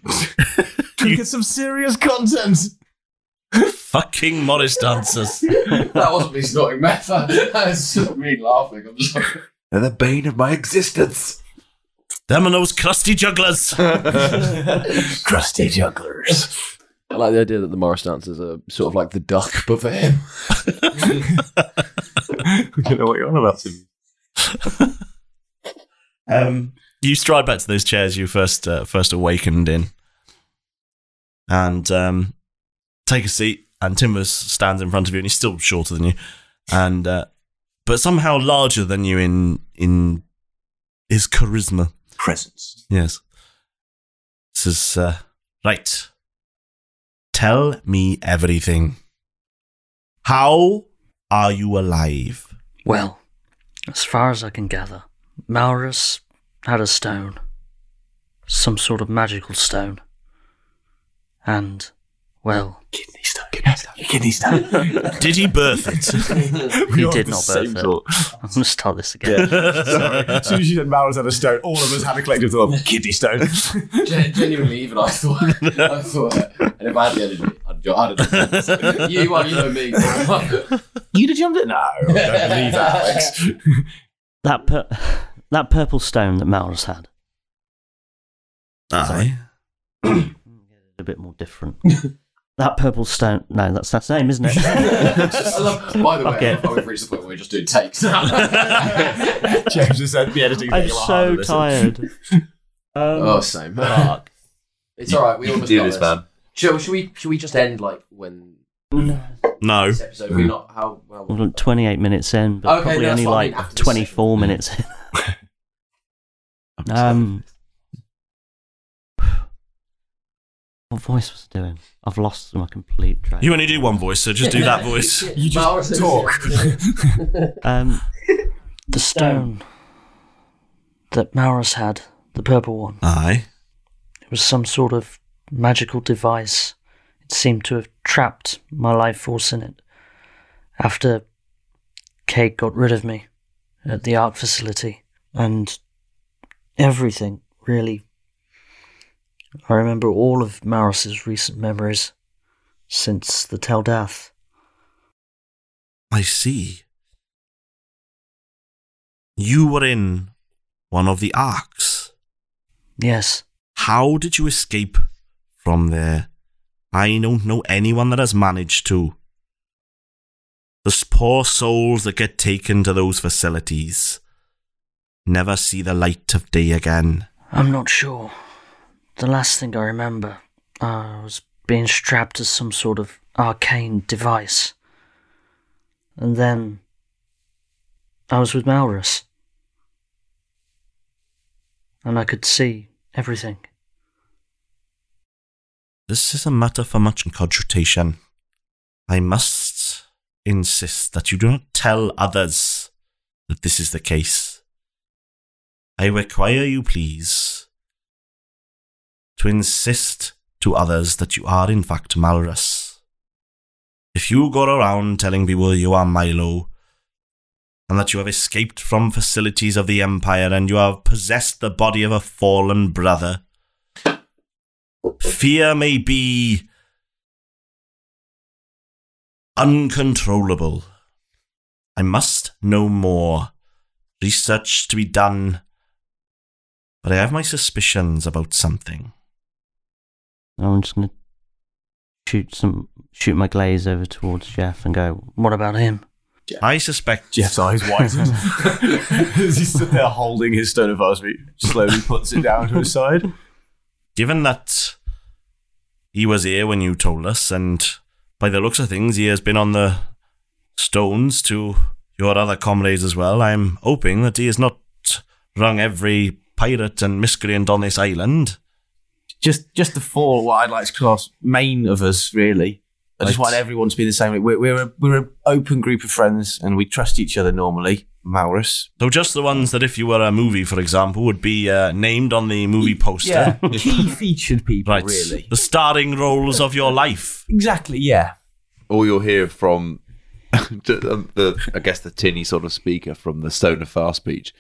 S14: You get some serious content.
S2: fucking modest dancers.
S1: that wasn't me snorting meth. That's just me laughing. I'm just like,
S2: They're the bane of my existence. Them and those crusty jugglers.
S1: crusty jugglers. I like the idea that the Morris dancers are sort of like the duck, but for him.
S2: I don't know what you're on about, Tim. um, you stride back to those chairs you first uh, first awakened in, and um, take a seat. And Timbers stands in front of you, and he's still shorter than you, and uh, but somehow larger than you in in his charisma presence. Yes. This is uh, right. Tell me everything. How are you alive?
S5: Well, as far as I can gather, Maurus had a stone. Some sort of magical stone. And, well. Kidney stone. Kidney stone.
S4: kidney stone.
S2: Did he birth
S5: it?
S14: We
S5: he
S14: all
S5: did
S14: had the
S5: not birth
S14: same
S5: it.
S14: thought.
S5: I'm going to start this again.
S14: Sorry. As soon as you said Maurers had a stone, all of us had a collective thought of kidney stone.
S1: Gen- genuinely, even I thought, I thought, and if I had the energy, I'd do I'd have done it. You, well, you know me.
S14: You'd have jumped it? No, I don't believe that, Alex.
S11: That pur- that purple stone that Maurus had.
S2: Aye.
S11: a bit more different. that purple stone. No, that's that's the name, isn't it?
S1: I love, by the way,
S11: Okay.
S1: I love how we've reached the point where we just do takes.
S14: James has said the editing
S11: I'm so tired. Um,
S1: oh, same.
S11: fuck.
S1: It's all right. We
S13: You can
S1: almost
S13: do
S1: got
S13: this,
S1: this,
S13: man.
S1: Should, should we? Should we just end like when
S2: No.
S1: this episode? We're not how well.
S11: I'm like 28 Mm. minutes in, but
S1: Okay,
S11: probably
S1: that's
S11: only
S1: what I mean,
S11: like
S1: after the
S2: Mm.
S11: 24 minutes in. um, what voice was I doing? I've lost my complete track.
S2: You only do one voice, so just do that voice.
S1: You just Maurus- talk.
S11: um,
S5: The stone that Maurus had, the purple one.
S2: Aye.
S5: It was some sort of magical device. It seemed to have trapped my life force in it. After Kate got rid of me at the art facility, and everything really. I remember all of Maurus's recent memories since the Teldath.
S2: I see. You were in one of the arcs.
S5: Yes.
S2: How did you escape from there? I don't know anyone that has managed to. The poor souls that get taken to those facilities never see the light of day again.
S5: I'm not sure. The last thing I remember, I was being strapped to some sort of arcane device. And then I was with Malrus. And I could see everything.
S2: This is a matter for much consultation. I must insist that you do not tell others that this is the case. I require you, please, to insist to others that you are in fact Malrus. If you go around telling people you are Milo, and that you have escaped from facilities of the Empire and you have possessed the body of a fallen brother, fear may be uncontrollable. I must know more. Research to be done. But I have my suspicions about something.
S11: I'm just gonna shoot some shoot my glaze over towards Jeff and go.
S5: What about him?
S2: I suspect
S14: Jeff's eyes widened as he stood there holding his stone of Osby. Slowly puts it down to his side.
S2: Given that he was here when you told us, and by the looks of things, he has been on the stones to your other comrades as well, I'm hoping that he has not rung every pirate and miscreant on this island.
S7: Just just the four, what I'd like to class main of us, really. I just
S6: Right.
S7: want everyone to be the same. We're we're a, we're an open group of friends, and we trust each other normally. Maurus.
S2: So just the ones that, if you were a movie, for example, would be uh, named on the movie poster.
S22: Key featured people,
S2: right.
S22: really.
S2: The starring roles of your life.
S22: Exactly, yeah.
S6: All you'll hear from, the, um, the- I guess, the tinny sort of speaker from the Stone of Far speech.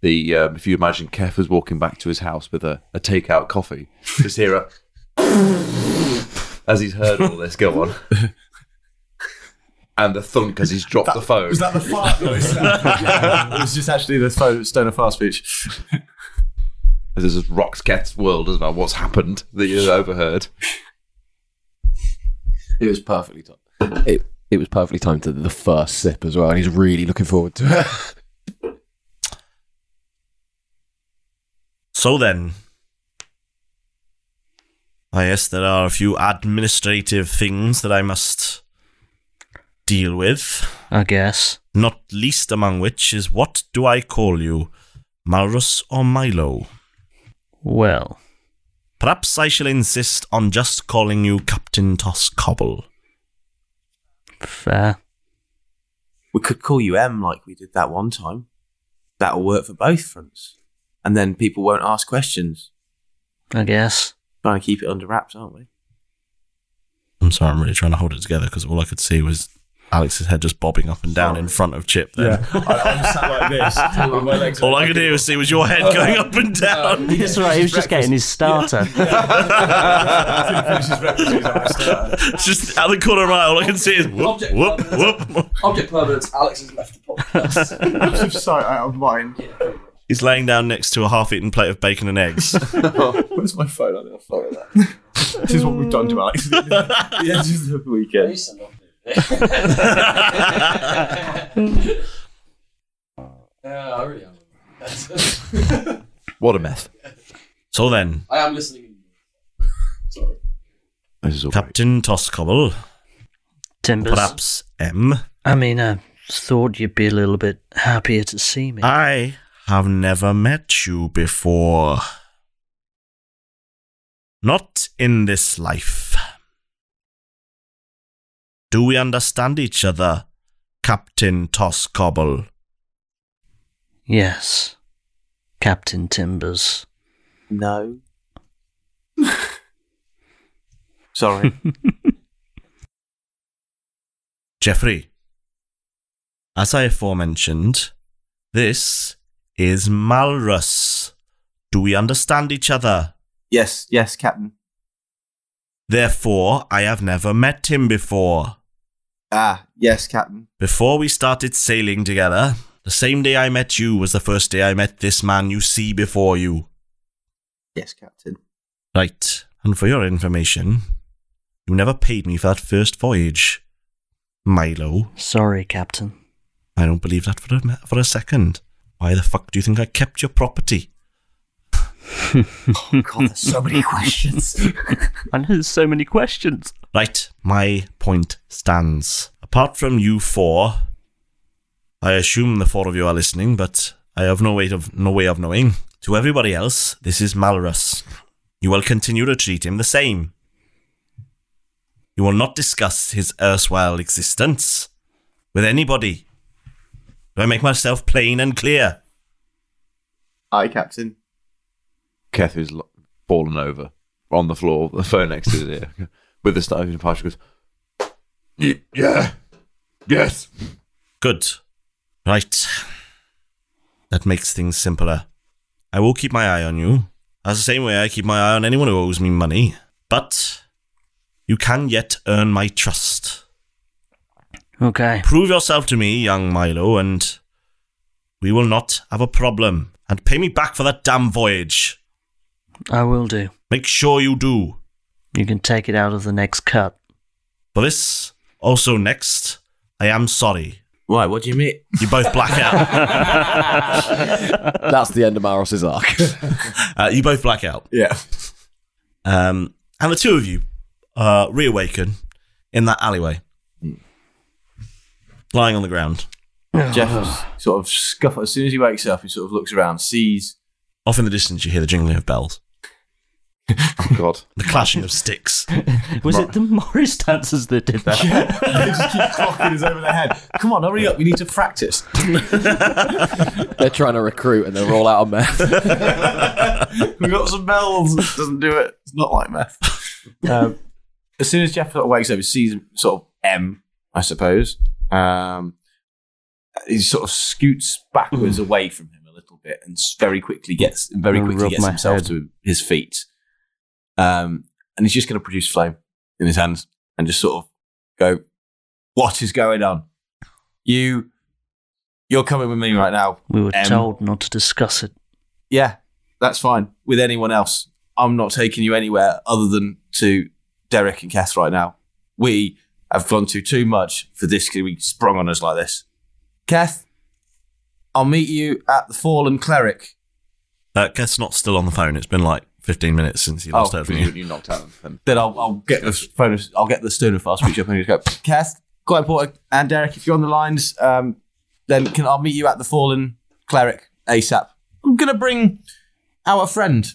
S6: The um, if you imagine Kef was walking back to his house with a, a takeout coffee, just hear a as he's heard all this go on, and the thunk as he's dropped the phone.
S14: Was that the fart noise? Yeah, it was just actually the pho- Stone of Fast speech.
S6: This is rocks Kef's world as well. What's happened that you overheard?
S1: It was perfectly timed. It, it was perfectly timed to the first sip as well, and he's really looking forward to it.
S2: So then, I guess there are a few administrative things that I must deal with.
S5: I guess.
S2: Not least among which is what do I call you, Malrus or Milo?
S5: Well,
S2: perhaps I shall insist on just calling you Captain Toss Cobble.
S5: Fair.
S7: We could call you M like we did that one time. That'll work for both fronts, and then people won't ask questions.
S5: I guess.
S7: Trying to keep it under wraps, aren't we?
S2: I'm sorry, I'm really trying to hold it together because all I could see was Alex's head just bobbing up and down in front of Chip. Then all I could hear was see was your head going up and down.
S11: That's right. He was just getting his starter.
S2: It's just out of the corner of my eye, all I can see is whoop, whoop, whoop.
S22: Object permanence, Alex's left
S14: Out of sight, out of mind.
S2: He's laying down next to a half-eaten plate of bacon and eggs.
S14: Where's my phone? I think I'll follow that. this is what we've done to Alex. the end of the weekend.
S1: Yeah, I really am.
S6: What a mess.
S2: So then,
S1: I am listening.
S2: Captain Toscobble,
S5: Timbers.
S2: perhaps M.
S5: I mean, I thought you'd be a little bit happier to see me.
S2: I have never met you before. Not in this life. Do we understand each other, Captain Toscobble?
S5: Yes. Captain Timbers.
S7: No. Sorry.
S2: Geoffrey, as I aforementioned, this is Malrus. Do we understand each other?
S7: Yes, yes, Captain.
S2: Therefore, I have never met him before.
S7: Ah, yes, Captain.
S2: Before we started sailing together, the same day I met you was the first day I met this man you see before you.
S7: Yes, Captain.
S2: Right, and for your information, you never paid me for that first voyage. Milo.
S5: Sorry, Captain.
S2: I don't believe that for a, me- for a second. Why the fuck do you think I kept your property? oh god, there's so many questions.
S11: I know there's so many questions.
S2: Right, my point stands. Apart from you four, I assume the four of you are listening, but I have no way of no way of knowing. To everybody else, this is Malrus. You will continue to treat him the same. You will not discuss his erstwhile existence with anybody. Do I make myself plain and clear?
S7: Aye, Captain.
S6: Keth who's lo- fallen over on the floor, the phone next to his ear, with the starving party goes, "Y- Yeah, yes.
S2: Good. Right. That makes things simpler. I will keep my eye on you, as the same way I keep my eye on anyone who owes me money. But you can yet earn my trust.
S5: Okay.
S2: Prove yourself to me, young Milo, and we will not have a problem. And pay me back for that damn voyage.
S5: I will do.
S2: Make sure you do.
S5: You can take it out of the next cut.
S2: For this, also next, I am sorry.
S7: Why? What do you mean?
S2: You both black out.
S1: That's the end of Maros's arc.
S2: Uh, you both black out.
S14: Yeah.
S2: Um, and the two of you uh, reawaken in that alleyway,
S1: Hmm.
S2: lying on the ground.
S11: Uh-huh.
S7: Jeff sort of scuffle. As soon as he wakes up, he sort of looks around, sees
S2: Off in the distance, you hear the jingling of bells.
S6: God.
S2: The clashing of sticks.
S11: Was it the Morris dancers that did that?
S14: they just keep clocking us over the head. Come on, hurry up. We need to practice.
S1: They're trying to recruit and they're all out of meth.
S7: we got some bells. Doesn't do it. It's not like meth. Um, as soon as Jeff sort of wakes up, he sees sort of M, I suppose. Um, he sort of scoots backwards away from him a little bit, and s- very quickly gets very
S11: I'm gonna
S7: quickly
S11: rub
S7: gets
S11: my
S7: himself
S11: head.
S7: to his feet. Um, and he's just going to produce flame in his hands and just sort of go, "What is going on? You, you're coming with me right now."
S5: We were
S7: M."
S5: told not to discuss it.
S7: yeah, that's fine with anyone else. I'm not taking you anywhere other than to Derek and Kath right now. We have gone through too much for this to be sprung on us like this. Kath, I'll meet you at the Fallen Cleric.
S2: Uh, Kath's not still on the phone. It's been like 15 minutes since you
S7: Oh.
S2: last heard from Oh, you.
S7: knocked out them. Then I'll, I'll get the phone. I'll get the Stoner fast reach up and just go. Kath, quite important. And Derek, if you're on the lines, um, then can I'll meet you at the Fallen Cleric ASAP. I'm gonna bring our friend.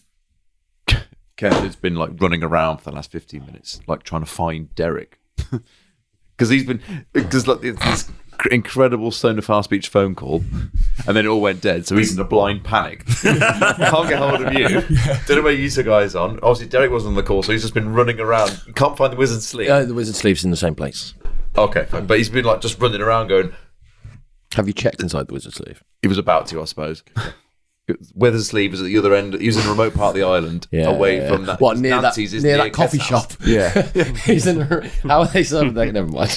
S6: Kev has been like running around for the last 15 minutes, like trying to find Derek. Because he's been, because like it's this cr- incredible stone of fast speech phone call, and then it all went dead. So he's in a blind panic. Can't get hold of you. Don't know where you two guys are. Obviously, Derek wasn't on the call, so he's just been running around. Can't find the wizard sleep.
S10: Uh, the wizard sleeps in the same place.
S6: Okay, fine. But he's been like just running around going,
S10: Have you checked inside the wizard sleeve?
S6: He was about to, I suppose. Wizard sleeve is at the other end. He was in a remote part of the island,
S1: Yeah,
S6: away
S1: yeah,
S6: from
S1: yeah.
S6: that.
S1: What, near
S6: Nancy's
S1: that,
S6: is
S1: near that
S6: Kev's
S1: coffee
S6: house.
S1: shop?
S6: Yeah.
S1: He's in the, how are they serving that? Never mind.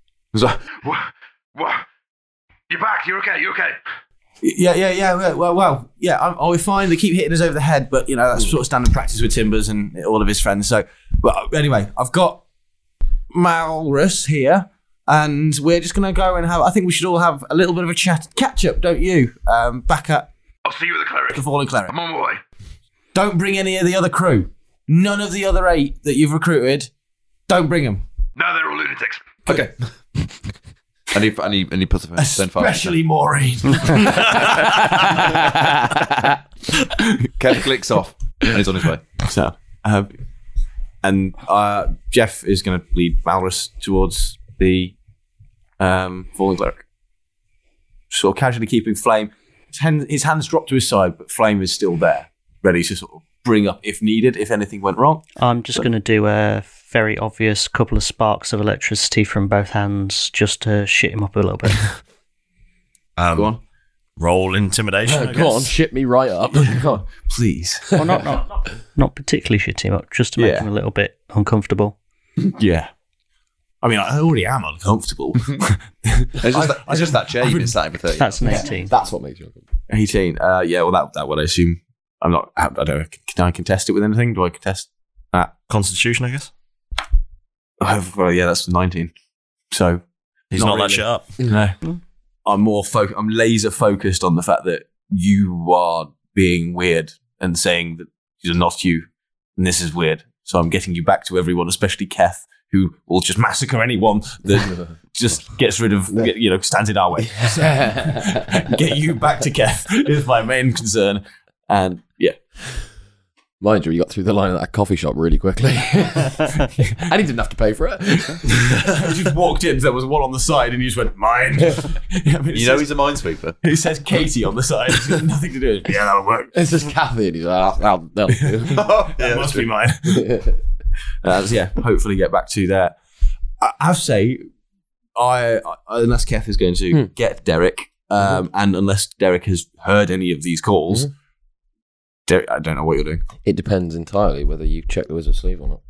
S23: You're back. You're okay. You're okay.
S7: Yeah, yeah, yeah. well, Well, well yeah. I'm, are we fine? They keep hitting us over the head, but you know that's sort of standard practice with Timbers and all of his friends. So, but anyway, I've got Malrus here, and we're just gonna go and have. I think we should all have a little bit of a chat, catch up, don't you? Um, back at
S23: I'll see you at the cleric.
S7: the Fallen Cleric.
S23: I'm on my way.
S7: Don't bring any of the other crew. None of the other eight that you've recruited. Don't bring them,
S23: No, they're all lunatics.
S6: Okay. and, he, and, he, and he puts a phone fire.
S7: especially Maureen.
S6: Kev clicks off and he's on his way.
S7: So, um, and uh, Jeff is going to lead Malrus towards the um, fallen cleric. Sort of casually keeping Flame. His, hand, his hands dropped to his side, but Flame is still there, ready to sort of bring up if needed, if anything went wrong.
S5: I'm just going to do a very obvious couple of sparks of electricity from both hands just to shit him up a little bit.
S2: Um, go on. Roll intimidation. I
S5: go on,
S2: guess.
S1: Shit me right up.
S7: Please.
S5: well, not, not, not particularly shit him up, just to make
S7: Yeah.
S5: him a little bit uncomfortable.
S7: Yeah. I mean, I already am uncomfortable.
S6: it's, just that, it's just that chain. It's that everything.
S5: That's an 18.
S1: That's what makes you uncomfortable.
S7: 18. Uh, yeah, well, that, that would, I assume. I'm not, I don't know. Can I contest it with anything? Do I contest that?
S2: Constitution, I guess.
S7: Oh, well, yeah, that's 19. So
S2: He's not that shit up.
S7: No, I'm more fo- I'm laser focused on the fact that you are being weird and saying that you're not you, and this is weird. So I'm getting you back to everyone, especially Keth, who will just massacre anyone that just gets rid of you know stands in our way. Get you back to Keth is my main concern, and yeah.
S1: Mind you, you got through the line at that coffee shop really quickly. and he didn't have to pay for it.
S7: you just walked in, there was one on the side, and you just went, mine. I mean, it
S6: You know
S7: says-
S6: he's a minesweeper.
S7: It says Katie on the side. It's got nothing to do with it. Yeah, that'll work.
S1: It's just Kathy, and he's like, "That'll- that'll do."
S7: that must be mine. uh, so yeah, hopefully get back to that. I, I have to say, I, I unless Kef is going to
S1: Hmm. Mm-hmm.
S7: get Derek, um, and unless Derek has heard any of these calls, Derek, I don't know what you're doing.
S1: It depends entirely whether you check the wizard's sleeve or not.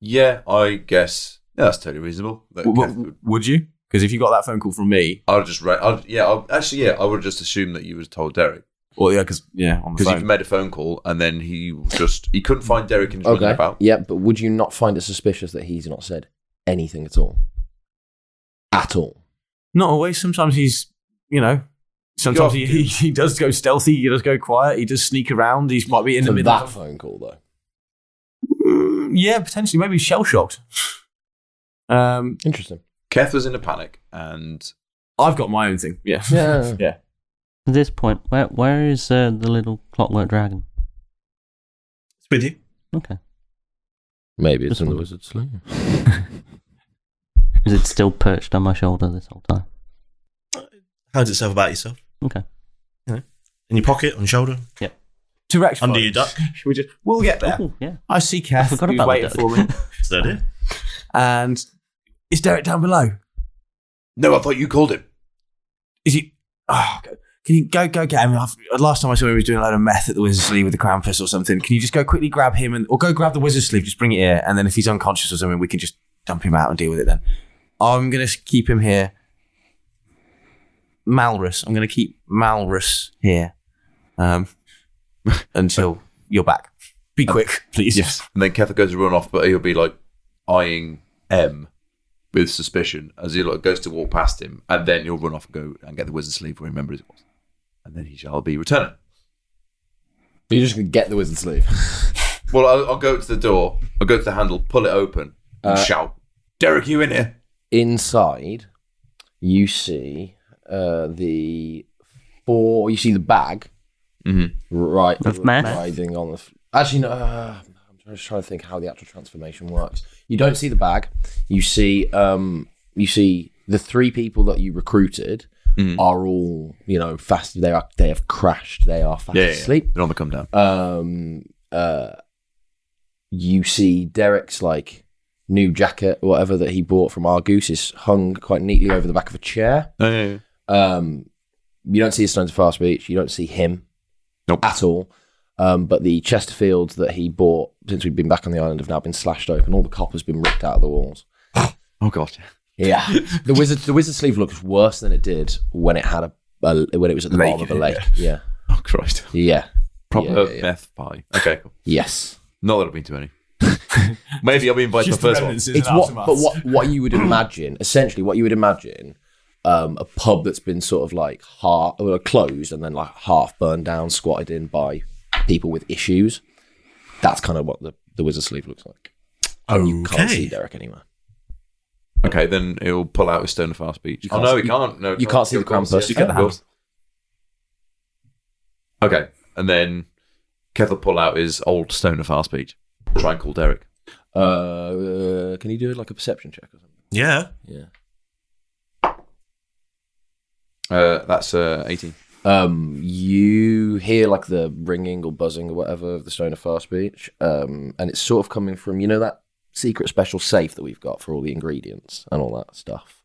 S6: Yeah, I guess. Yeah, that's totally reasonable. That
S7: W-
S6: Kev
S7: w- would you? Because if you got that phone call from me,
S6: I would just re- I'd, yeah. I'll, actually, yeah, I would just assume that you was told Derek.
S7: Well, yeah, because yeah, on the
S6: because
S7: phone.
S6: you made a phone call and then he just he couldn't find Derek and was running about.
S1: Yeah, but would you not find it suspicious that he's not said anything at all? At all.
S7: Not always. Sometimes he's, you know, sometimes he, he, he does go stealthy. He does go quiet. He does sneak around. He might be in
S1: For
S7: the middle
S1: that
S7: of Mm,
S1: phone call, though.
S7: yeah, potentially maybe shell shocked. Um,
S1: Interesting.
S6: Keth was in a panic and
S7: I've got my own thing. Yeah,
S1: yeah,
S7: yeah.
S11: At this point, where where is uh, the little clockwork dragon?
S2: with you.
S11: Okay.
S16: Maybe it's
S11: Just
S16: in the
S11: wondered.
S16: wizard's sleeve.
S11: Is it still perched on my shoulder this whole time?
S2: How does it sound about yourself?
S11: Okay.
S2: You know, in your pocket, on your shoulder.
S11: Yep.
S2: To Under your duck.
S7: Should we just? We'll get there.
S11: Ooh, yeah.
S7: I see Kath.
S11: I forgot
S7: who's
S11: about the
S7: waiting
S11: duck.
S7: for me.
S2: Is that it?
S7: And is Derek down below? No, I thought you called him. Is he? Oh, go- can you go go get him? I've, last time I saw him, he was doing a load of meth at the Wizard's Sleeve with the Krampus or something. Can you just go quickly grab him and or go grab the Wizard's Sleeve? Just bring it here, and then if he's unconscious or something, we can just dump him out and deal with it. Then I'm gonna keep him here. Malrus, I'm gonna keep Malrus here um, until you're back. Be quick, please.
S6: Yes. And then Kefka goes to run off, but he'll be like eyeing M with suspicion as he like goes to walk past him, and then he'll run off and go and get the wizard's sleeve where he remembers it was, and then he shall be returning.
S1: You're just gonna get the wizard's sleeve.
S6: Well, I'll, I'll go to the door. I'll go to the handle, pull it open, and
S1: Uh,
S6: shout, "Derek, you in here?"
S1: Inside, you see uh, the four. You see the bag,
S6: Mm-hmm.
S1: right?
S11: Of meth?
S1: riding on the. F- Actually, no. Uh, I'm just trying to think how the actual transformation works. You don't see the bag. You see, um, you see the three people that you recruited
S6: Mm-hmm.
S1: are all you know fast. They are they have crashed. They are fast
S6: Yeah, yeah, yeah.
S1: asleep.
S6: They're on the come down.
S1: Um, uh, you see Derek's like new jacket, or whatever that he bought from Argus, is hung quite neatly over the back of a chair.
S6: Oh, yeah,
S1: Um, you don't see his stones of fast speech. You don't see him at all. Um, but the Chesterfields that he bought since we've been back on the island have now been slashed open. All the copper's been ripped out of the walls.
S6: Oh god.
S1: Yeah, the wizard the wizard sleeve looks worse than it did when it had a, a when it was at the
S6: Lake
S1: bottom of a
S6: in it,
S1: lake.
S6: yeah.
S1: Yeah.
S6: Oh Christ.
S1: Yeah.
S6: Proper
S1: Yeah, yeah, yeah.
S6: meth pie. Okay. Cool.
S1: Yes.
S6: Not that I've been to any. Maybe I'll be invited to the
S1: Just
S6: first
S1: the
S6: one.
S1: It's what, but what what you would imagine, essentially, what you would imagine, um, a pub that's been sort of like half well, closed and then like half burned down, squatted in by people with issues. That's kind of what the the wizard sleeve looks like. You can't see Derek anywhere.
S6: Okay, then he'll pull out his stone of fast speech.
S1: You
S6: Oh
S1: can't
S6: no,
S1: see-
S6: he can't. No,
S1: you can't see
S6: he
S1: the Krampus.
S6: us.
S1: You get the
S6: Of course. Okay, and then Kev will pull out his old stone of fast speech. Try and call Derek.
S1: Uh, can you do like a perception check or something?
S2: Yeah.
S1: Yeah.
S6: Uh, that's uh, 18.
S1: Um, you hear like the ringing or buzzing or whatever of the stone of fast speech, um, and it's sort of coming from you know that secret special safe that we've got for all the ingredients and all that stuff.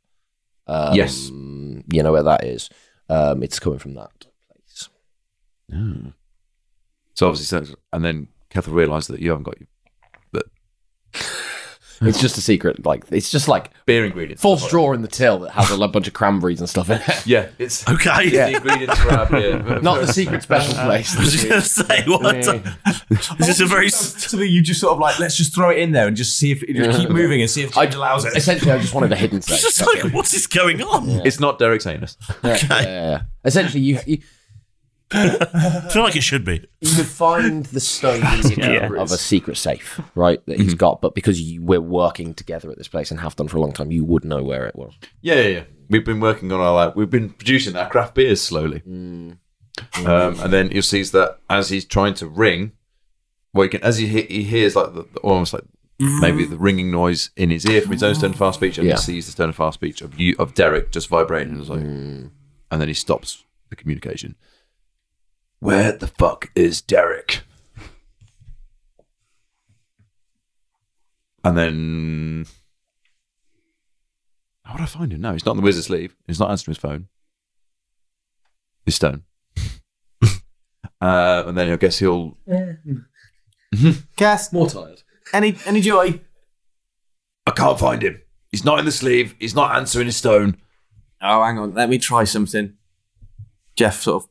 S1: Um,
S6: Yes.
S1: you know where that is. Um, it's coming from that.
S6: So obviously, so, and then Kev will realise that you haven't got your
S1: It's just a secret, like it's just like
S6: beer ingredients,
S1: false drawer in the till that has a lo- bunch of cranberries and stuff in it.
S6: Yeah, it's It's the ingredients for our beer.
S1: Not the secret special
S14: Uh,
S1: place.
S6: Uh, I was just gonna
S2: say
S1: This is a very
S14: something you just sort of like. Let's just throw it in there and just see if it just keep moving and see if it allows it.
S1: Essentially, I just wanted a hidden safe.
S2: It's just like, what is going on?
S6: It's not Derek's anus.
S1: Yeah, yeah, yeah. Essentially, you, you
S2: I feel like it should be.
S1: you could find the stone in the
S2: Yeah.
S1: account of a secret safe, right? That
S6: Mhm.
S1: he's got, but because you, we're working together at this place and have done for a long time, you would know where it was.
S6: Yeah, yeah, yeah. We've been working on our, like, we've been producing our craft beers slowly.
S14: Mm.
S6: Um, and then you'll see that as he's trying to ring, well, he can, as he, he- he hears like the, the- almost like
S14: Mm-hmm.
S6: maybe the ringing noise in his ear from his own stone of fast speech, and
S1: Yeah.
S6: he sees the stone of fast speech of you of Derek just vibrating, and it's like, and then he stops the communication. Where the fuck is Derek? And then how would I find him? No, he's not in the wizard's sleeve. He's not answering his phone. He's stone. uh, and then I guess he'll.
S7: Kath,
S1: more tired.
S7: Any any joy?
S6: I can't find him. He's not in the sleeve. He's not answering his stone.
S7: Oh, hang on. Let me try something. Jeff sort of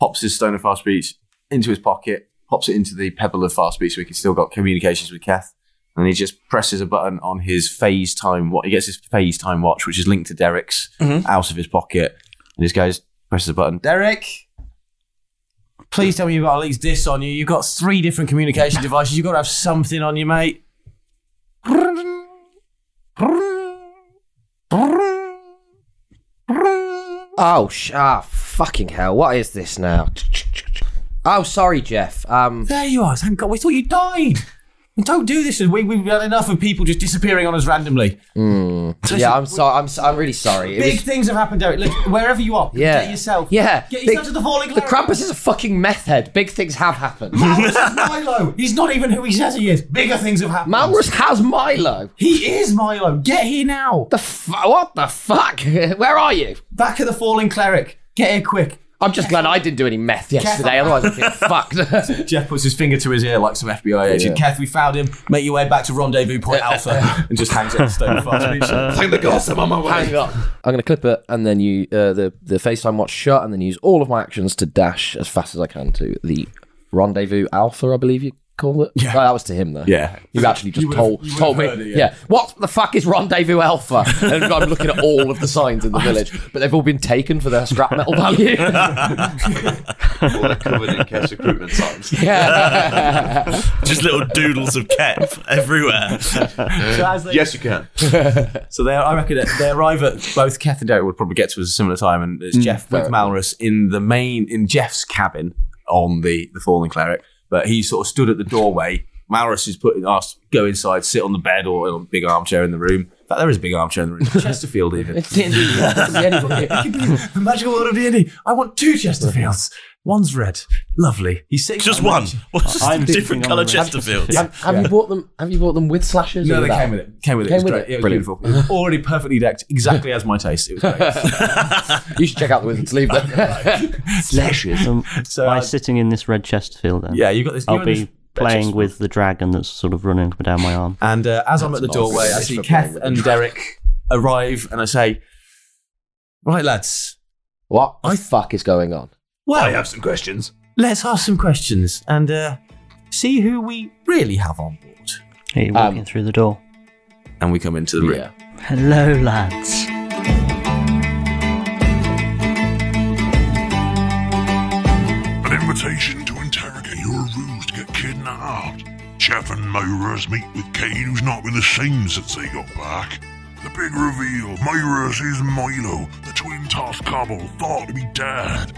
S7: pops his stone of fast speech into his pocket, pops it into the pebble of fast speech, so he can still got communications with Kath. And he just presses a button on his phase time watch. He gets his phase time watch, which is linked to Derek's,
S14: Mhm.
S7: out of his pocket. And just goes, presses a button. Derek, please tell me you've got at least this on you. You've got three different communication devices. You've got to have something on you, mate.
S1: Oh, sh- ah, fucking hell! What is this now?
S24: Oh, sorry, Jeff. Um,
S7: There you are. Thank God. We thought you died. And don't do this. We, we've had enough of people just disappearing on us randomly.
S1: yeah, Hmm. I'm sorry. I'm, so- I'm really sorry. It
S7: Big
S1: was-
S7: things have happened, Derek. Look, wherever you are,
S1: Yeah.
S7: get yourself.
S1: Yeah.
S7: Get
S1: Big-
S7: yourself to the falling
S1: the Krampus is a fucking meth head. Big things have happened. Malrus
S7: is Milo. He's not even who he says he is. Bigger things have happened.
S1: Malrus has Milo.
S7: He is Milo. Get here now.
S1: The f- what the fuck? Where are you?
S7: Back at the falling cleric. Get here quick.
S1: I'm just glad I didn't do any meth yesterday. Otherwise, I'd feel fucked.
S7: Jeff puts his finger to his ear like some FBI agent. Keth, we found him. Make your way back to Rendezvous Point Alpha and just hangs out stone fast. Beach. Thank the gods I'm on my way.
S1: Hang on. I'm going to clip it and then you uh, the the FaceTime watch shut and then use all of my actions to dash as fast as I can to the rendezvous alpha, I believe you call it. Yeah, that was to him though.
S7: Yeah.
S1: you actually just
S7: You would've-
S1: told
S7: you would've
S1: told me.
S7: heard it,
S1: yeah.
S7: yeah.
S1: what the fuck is rendezvous alpha? And I'm looking at all of the signs in the village, but they've all been taken for their scrap metal value.
S2: covered in cash recruitment signs.
S1: Yeah.
S25: Just little doodles of Kep everywhere.
S7: as they- Yes,
S25: you can.
S7: so they, I reckon that they arrive at both Keth and Derek would probably get to us a similar time, and it's
S26: Mm,
S7: Jeff
S26: fair
S7: with Malrus in the main in Jeff's cabin on the the fallen cleric, but he sort of stood at the doorway. Malrus is putting us go inside, sit on the bed or in a big armchair in the room. In fact, there is a big armchair in the room. Chesterfield even. the magical world of D&D. I want two Chesterfields. One's red. Lovely. He's six.
S25: Just one. What's just I'm different thinking colour on the red. Chesterfields?
S1: Have, have you bought them? Have you bought them with slashes?
S7: No,
S1: or
S7: they
S1: without?
S7: came with it. Came with it. It was great. It was
S1: Brilliant.
S7: beautiful. It was already perfectly decked, exactly as my taste. It was great.
S1: you should check out the wizard's sleeve then.
S7: Slashes.
S5: Um,
S7: So,
S5: by
S7: uh,
S5: sitting in this red Chesterfield, then.
S7: Yeah, you got this-
S5: I'll
S7: you're in
S5: be
S7: this
S5: playing with the dragon that's sort of running up and down my arm.
S7: And uh, as I'm at the doorway, I see Keth and Derek arrive, and I say, "Right, lads,
S1: what the fuck is going on?"
S7: Well,
S2: I have some questions.
S7: let's ask some questions and uh, see who we really have on board."
S5: Are you walking
S1: Um,
S5: through the door?
S7: And we come into the room.
S5: Hello, lads.
S16: An invitation to interrogate your ruse to get kidnapped. Jeff and Myra's meet with Kane, who's not been the same since they got back. The big reveal Myra's is Milo, the twin tossed cobble thought to be dead.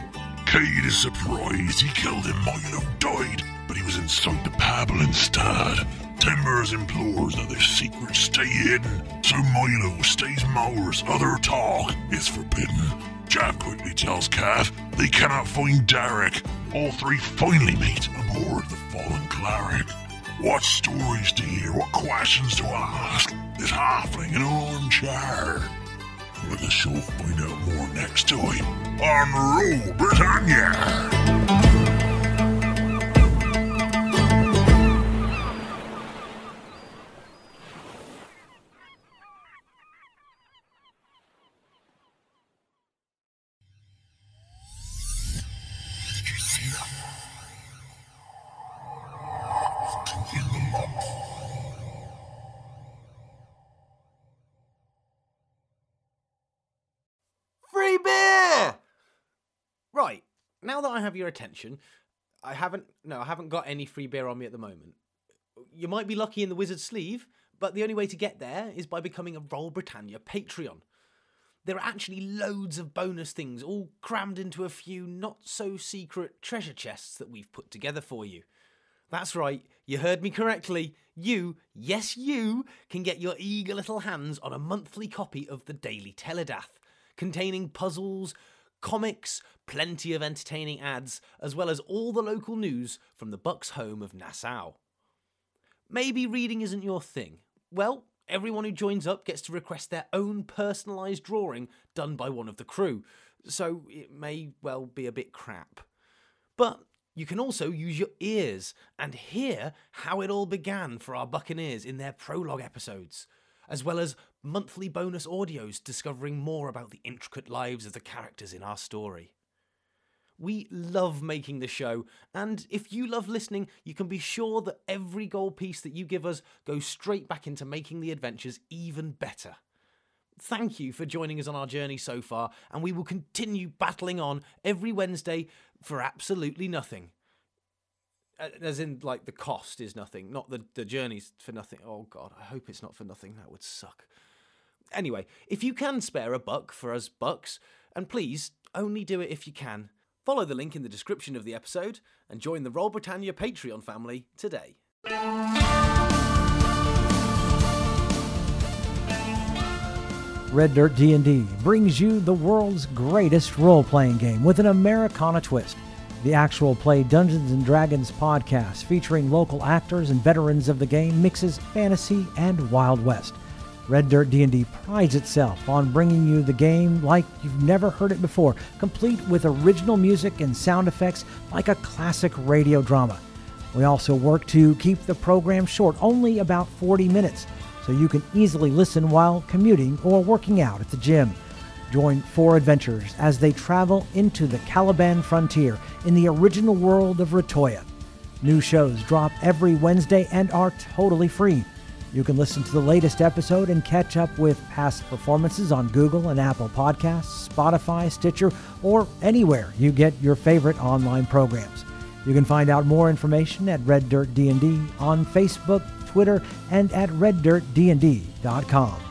S16: Cade is surprised he killed him. Milo died, but he was inside the pebble instead. Timbers implores that their secrets stay hidden, so Milo stays Maurus. Other talk is forbidden. Jack quickly tells Cat they cannot find Derek. All three finally meet aboard the fallen cleric. What stories to hear, what questions to ask, this halfling in an armchair. Let us all find out more next time on Roll Britannia.
S12: Free beer! Right, now that I have your attention, I haven't no, I haven't got any free beer on me at the moment. You might be lucky in the wizard's sleeve, but the only way to get there is by becoming a Roll Britannia Patreon. There are actually loads of bonus things all crammed into a few not so secret treasure chests that we've put together for you. That's right, you heard me correctly. You, yes, you, can get your eager little hands on a monthly copy of the Daily Teledath, containing puzzles, comics, plenty of entertaining ads, as well as all the local news from the Bucks home of Nassau. Maybe reading isn't your thing. Well, everyone who joins up gets to request their own personalised drawing done by one of the crew, so it may well be a bit crap. But you can also use your ears and hear how it all began for our Buccaneers in their prologue episodes, as well as monthly bonus audios discovering more about the intricate lives of the characters in our story. We love making the show, and if you love listening, you can be sure that every gold piece that you give us goes straight back into making the adventures even better. Thank you for joining us on our journey so far, and we will continue battling on every Wednesday for absolutely nothing. A- As in, like, the cost is nothing, not the, the journey's for nothing. Oh, God, I hope it's not for nothing. That would suck. Anyway, if you can spare a buck for us bucks, and please only do it if you can,
S27: Follow the link in the description of the episode and join the Roll Britannia Patreon family today.
S28: Red Dirt D&D brings you the world's greatest role-playing game with an Americana twist. The actual play Dungeons and Dragons podcast featuring local actors and veterans of the game mixes fantasy and Wild West. Red Dirt D&D prides itself on bringing you the game like you've never heard it before, complete with original music and sound effects like a classic radio drama. We also work to keep the program short, only about 40 minutes, so you can easily listen while commuting or working out at the gym. Join four adventurers as they travel into the Caliban frontier in the original world of Ratoya. New shows drop every Wednesday and are totally free. You can listen to the latest episode and catch up with past performances on Google and Apple Podcasts, Spotify, Stitcher, or anywhere you get your favorite online programs. You can find out more information at Red Dirt D&D on Facebook, Twitter, and at reddirtdnd.com.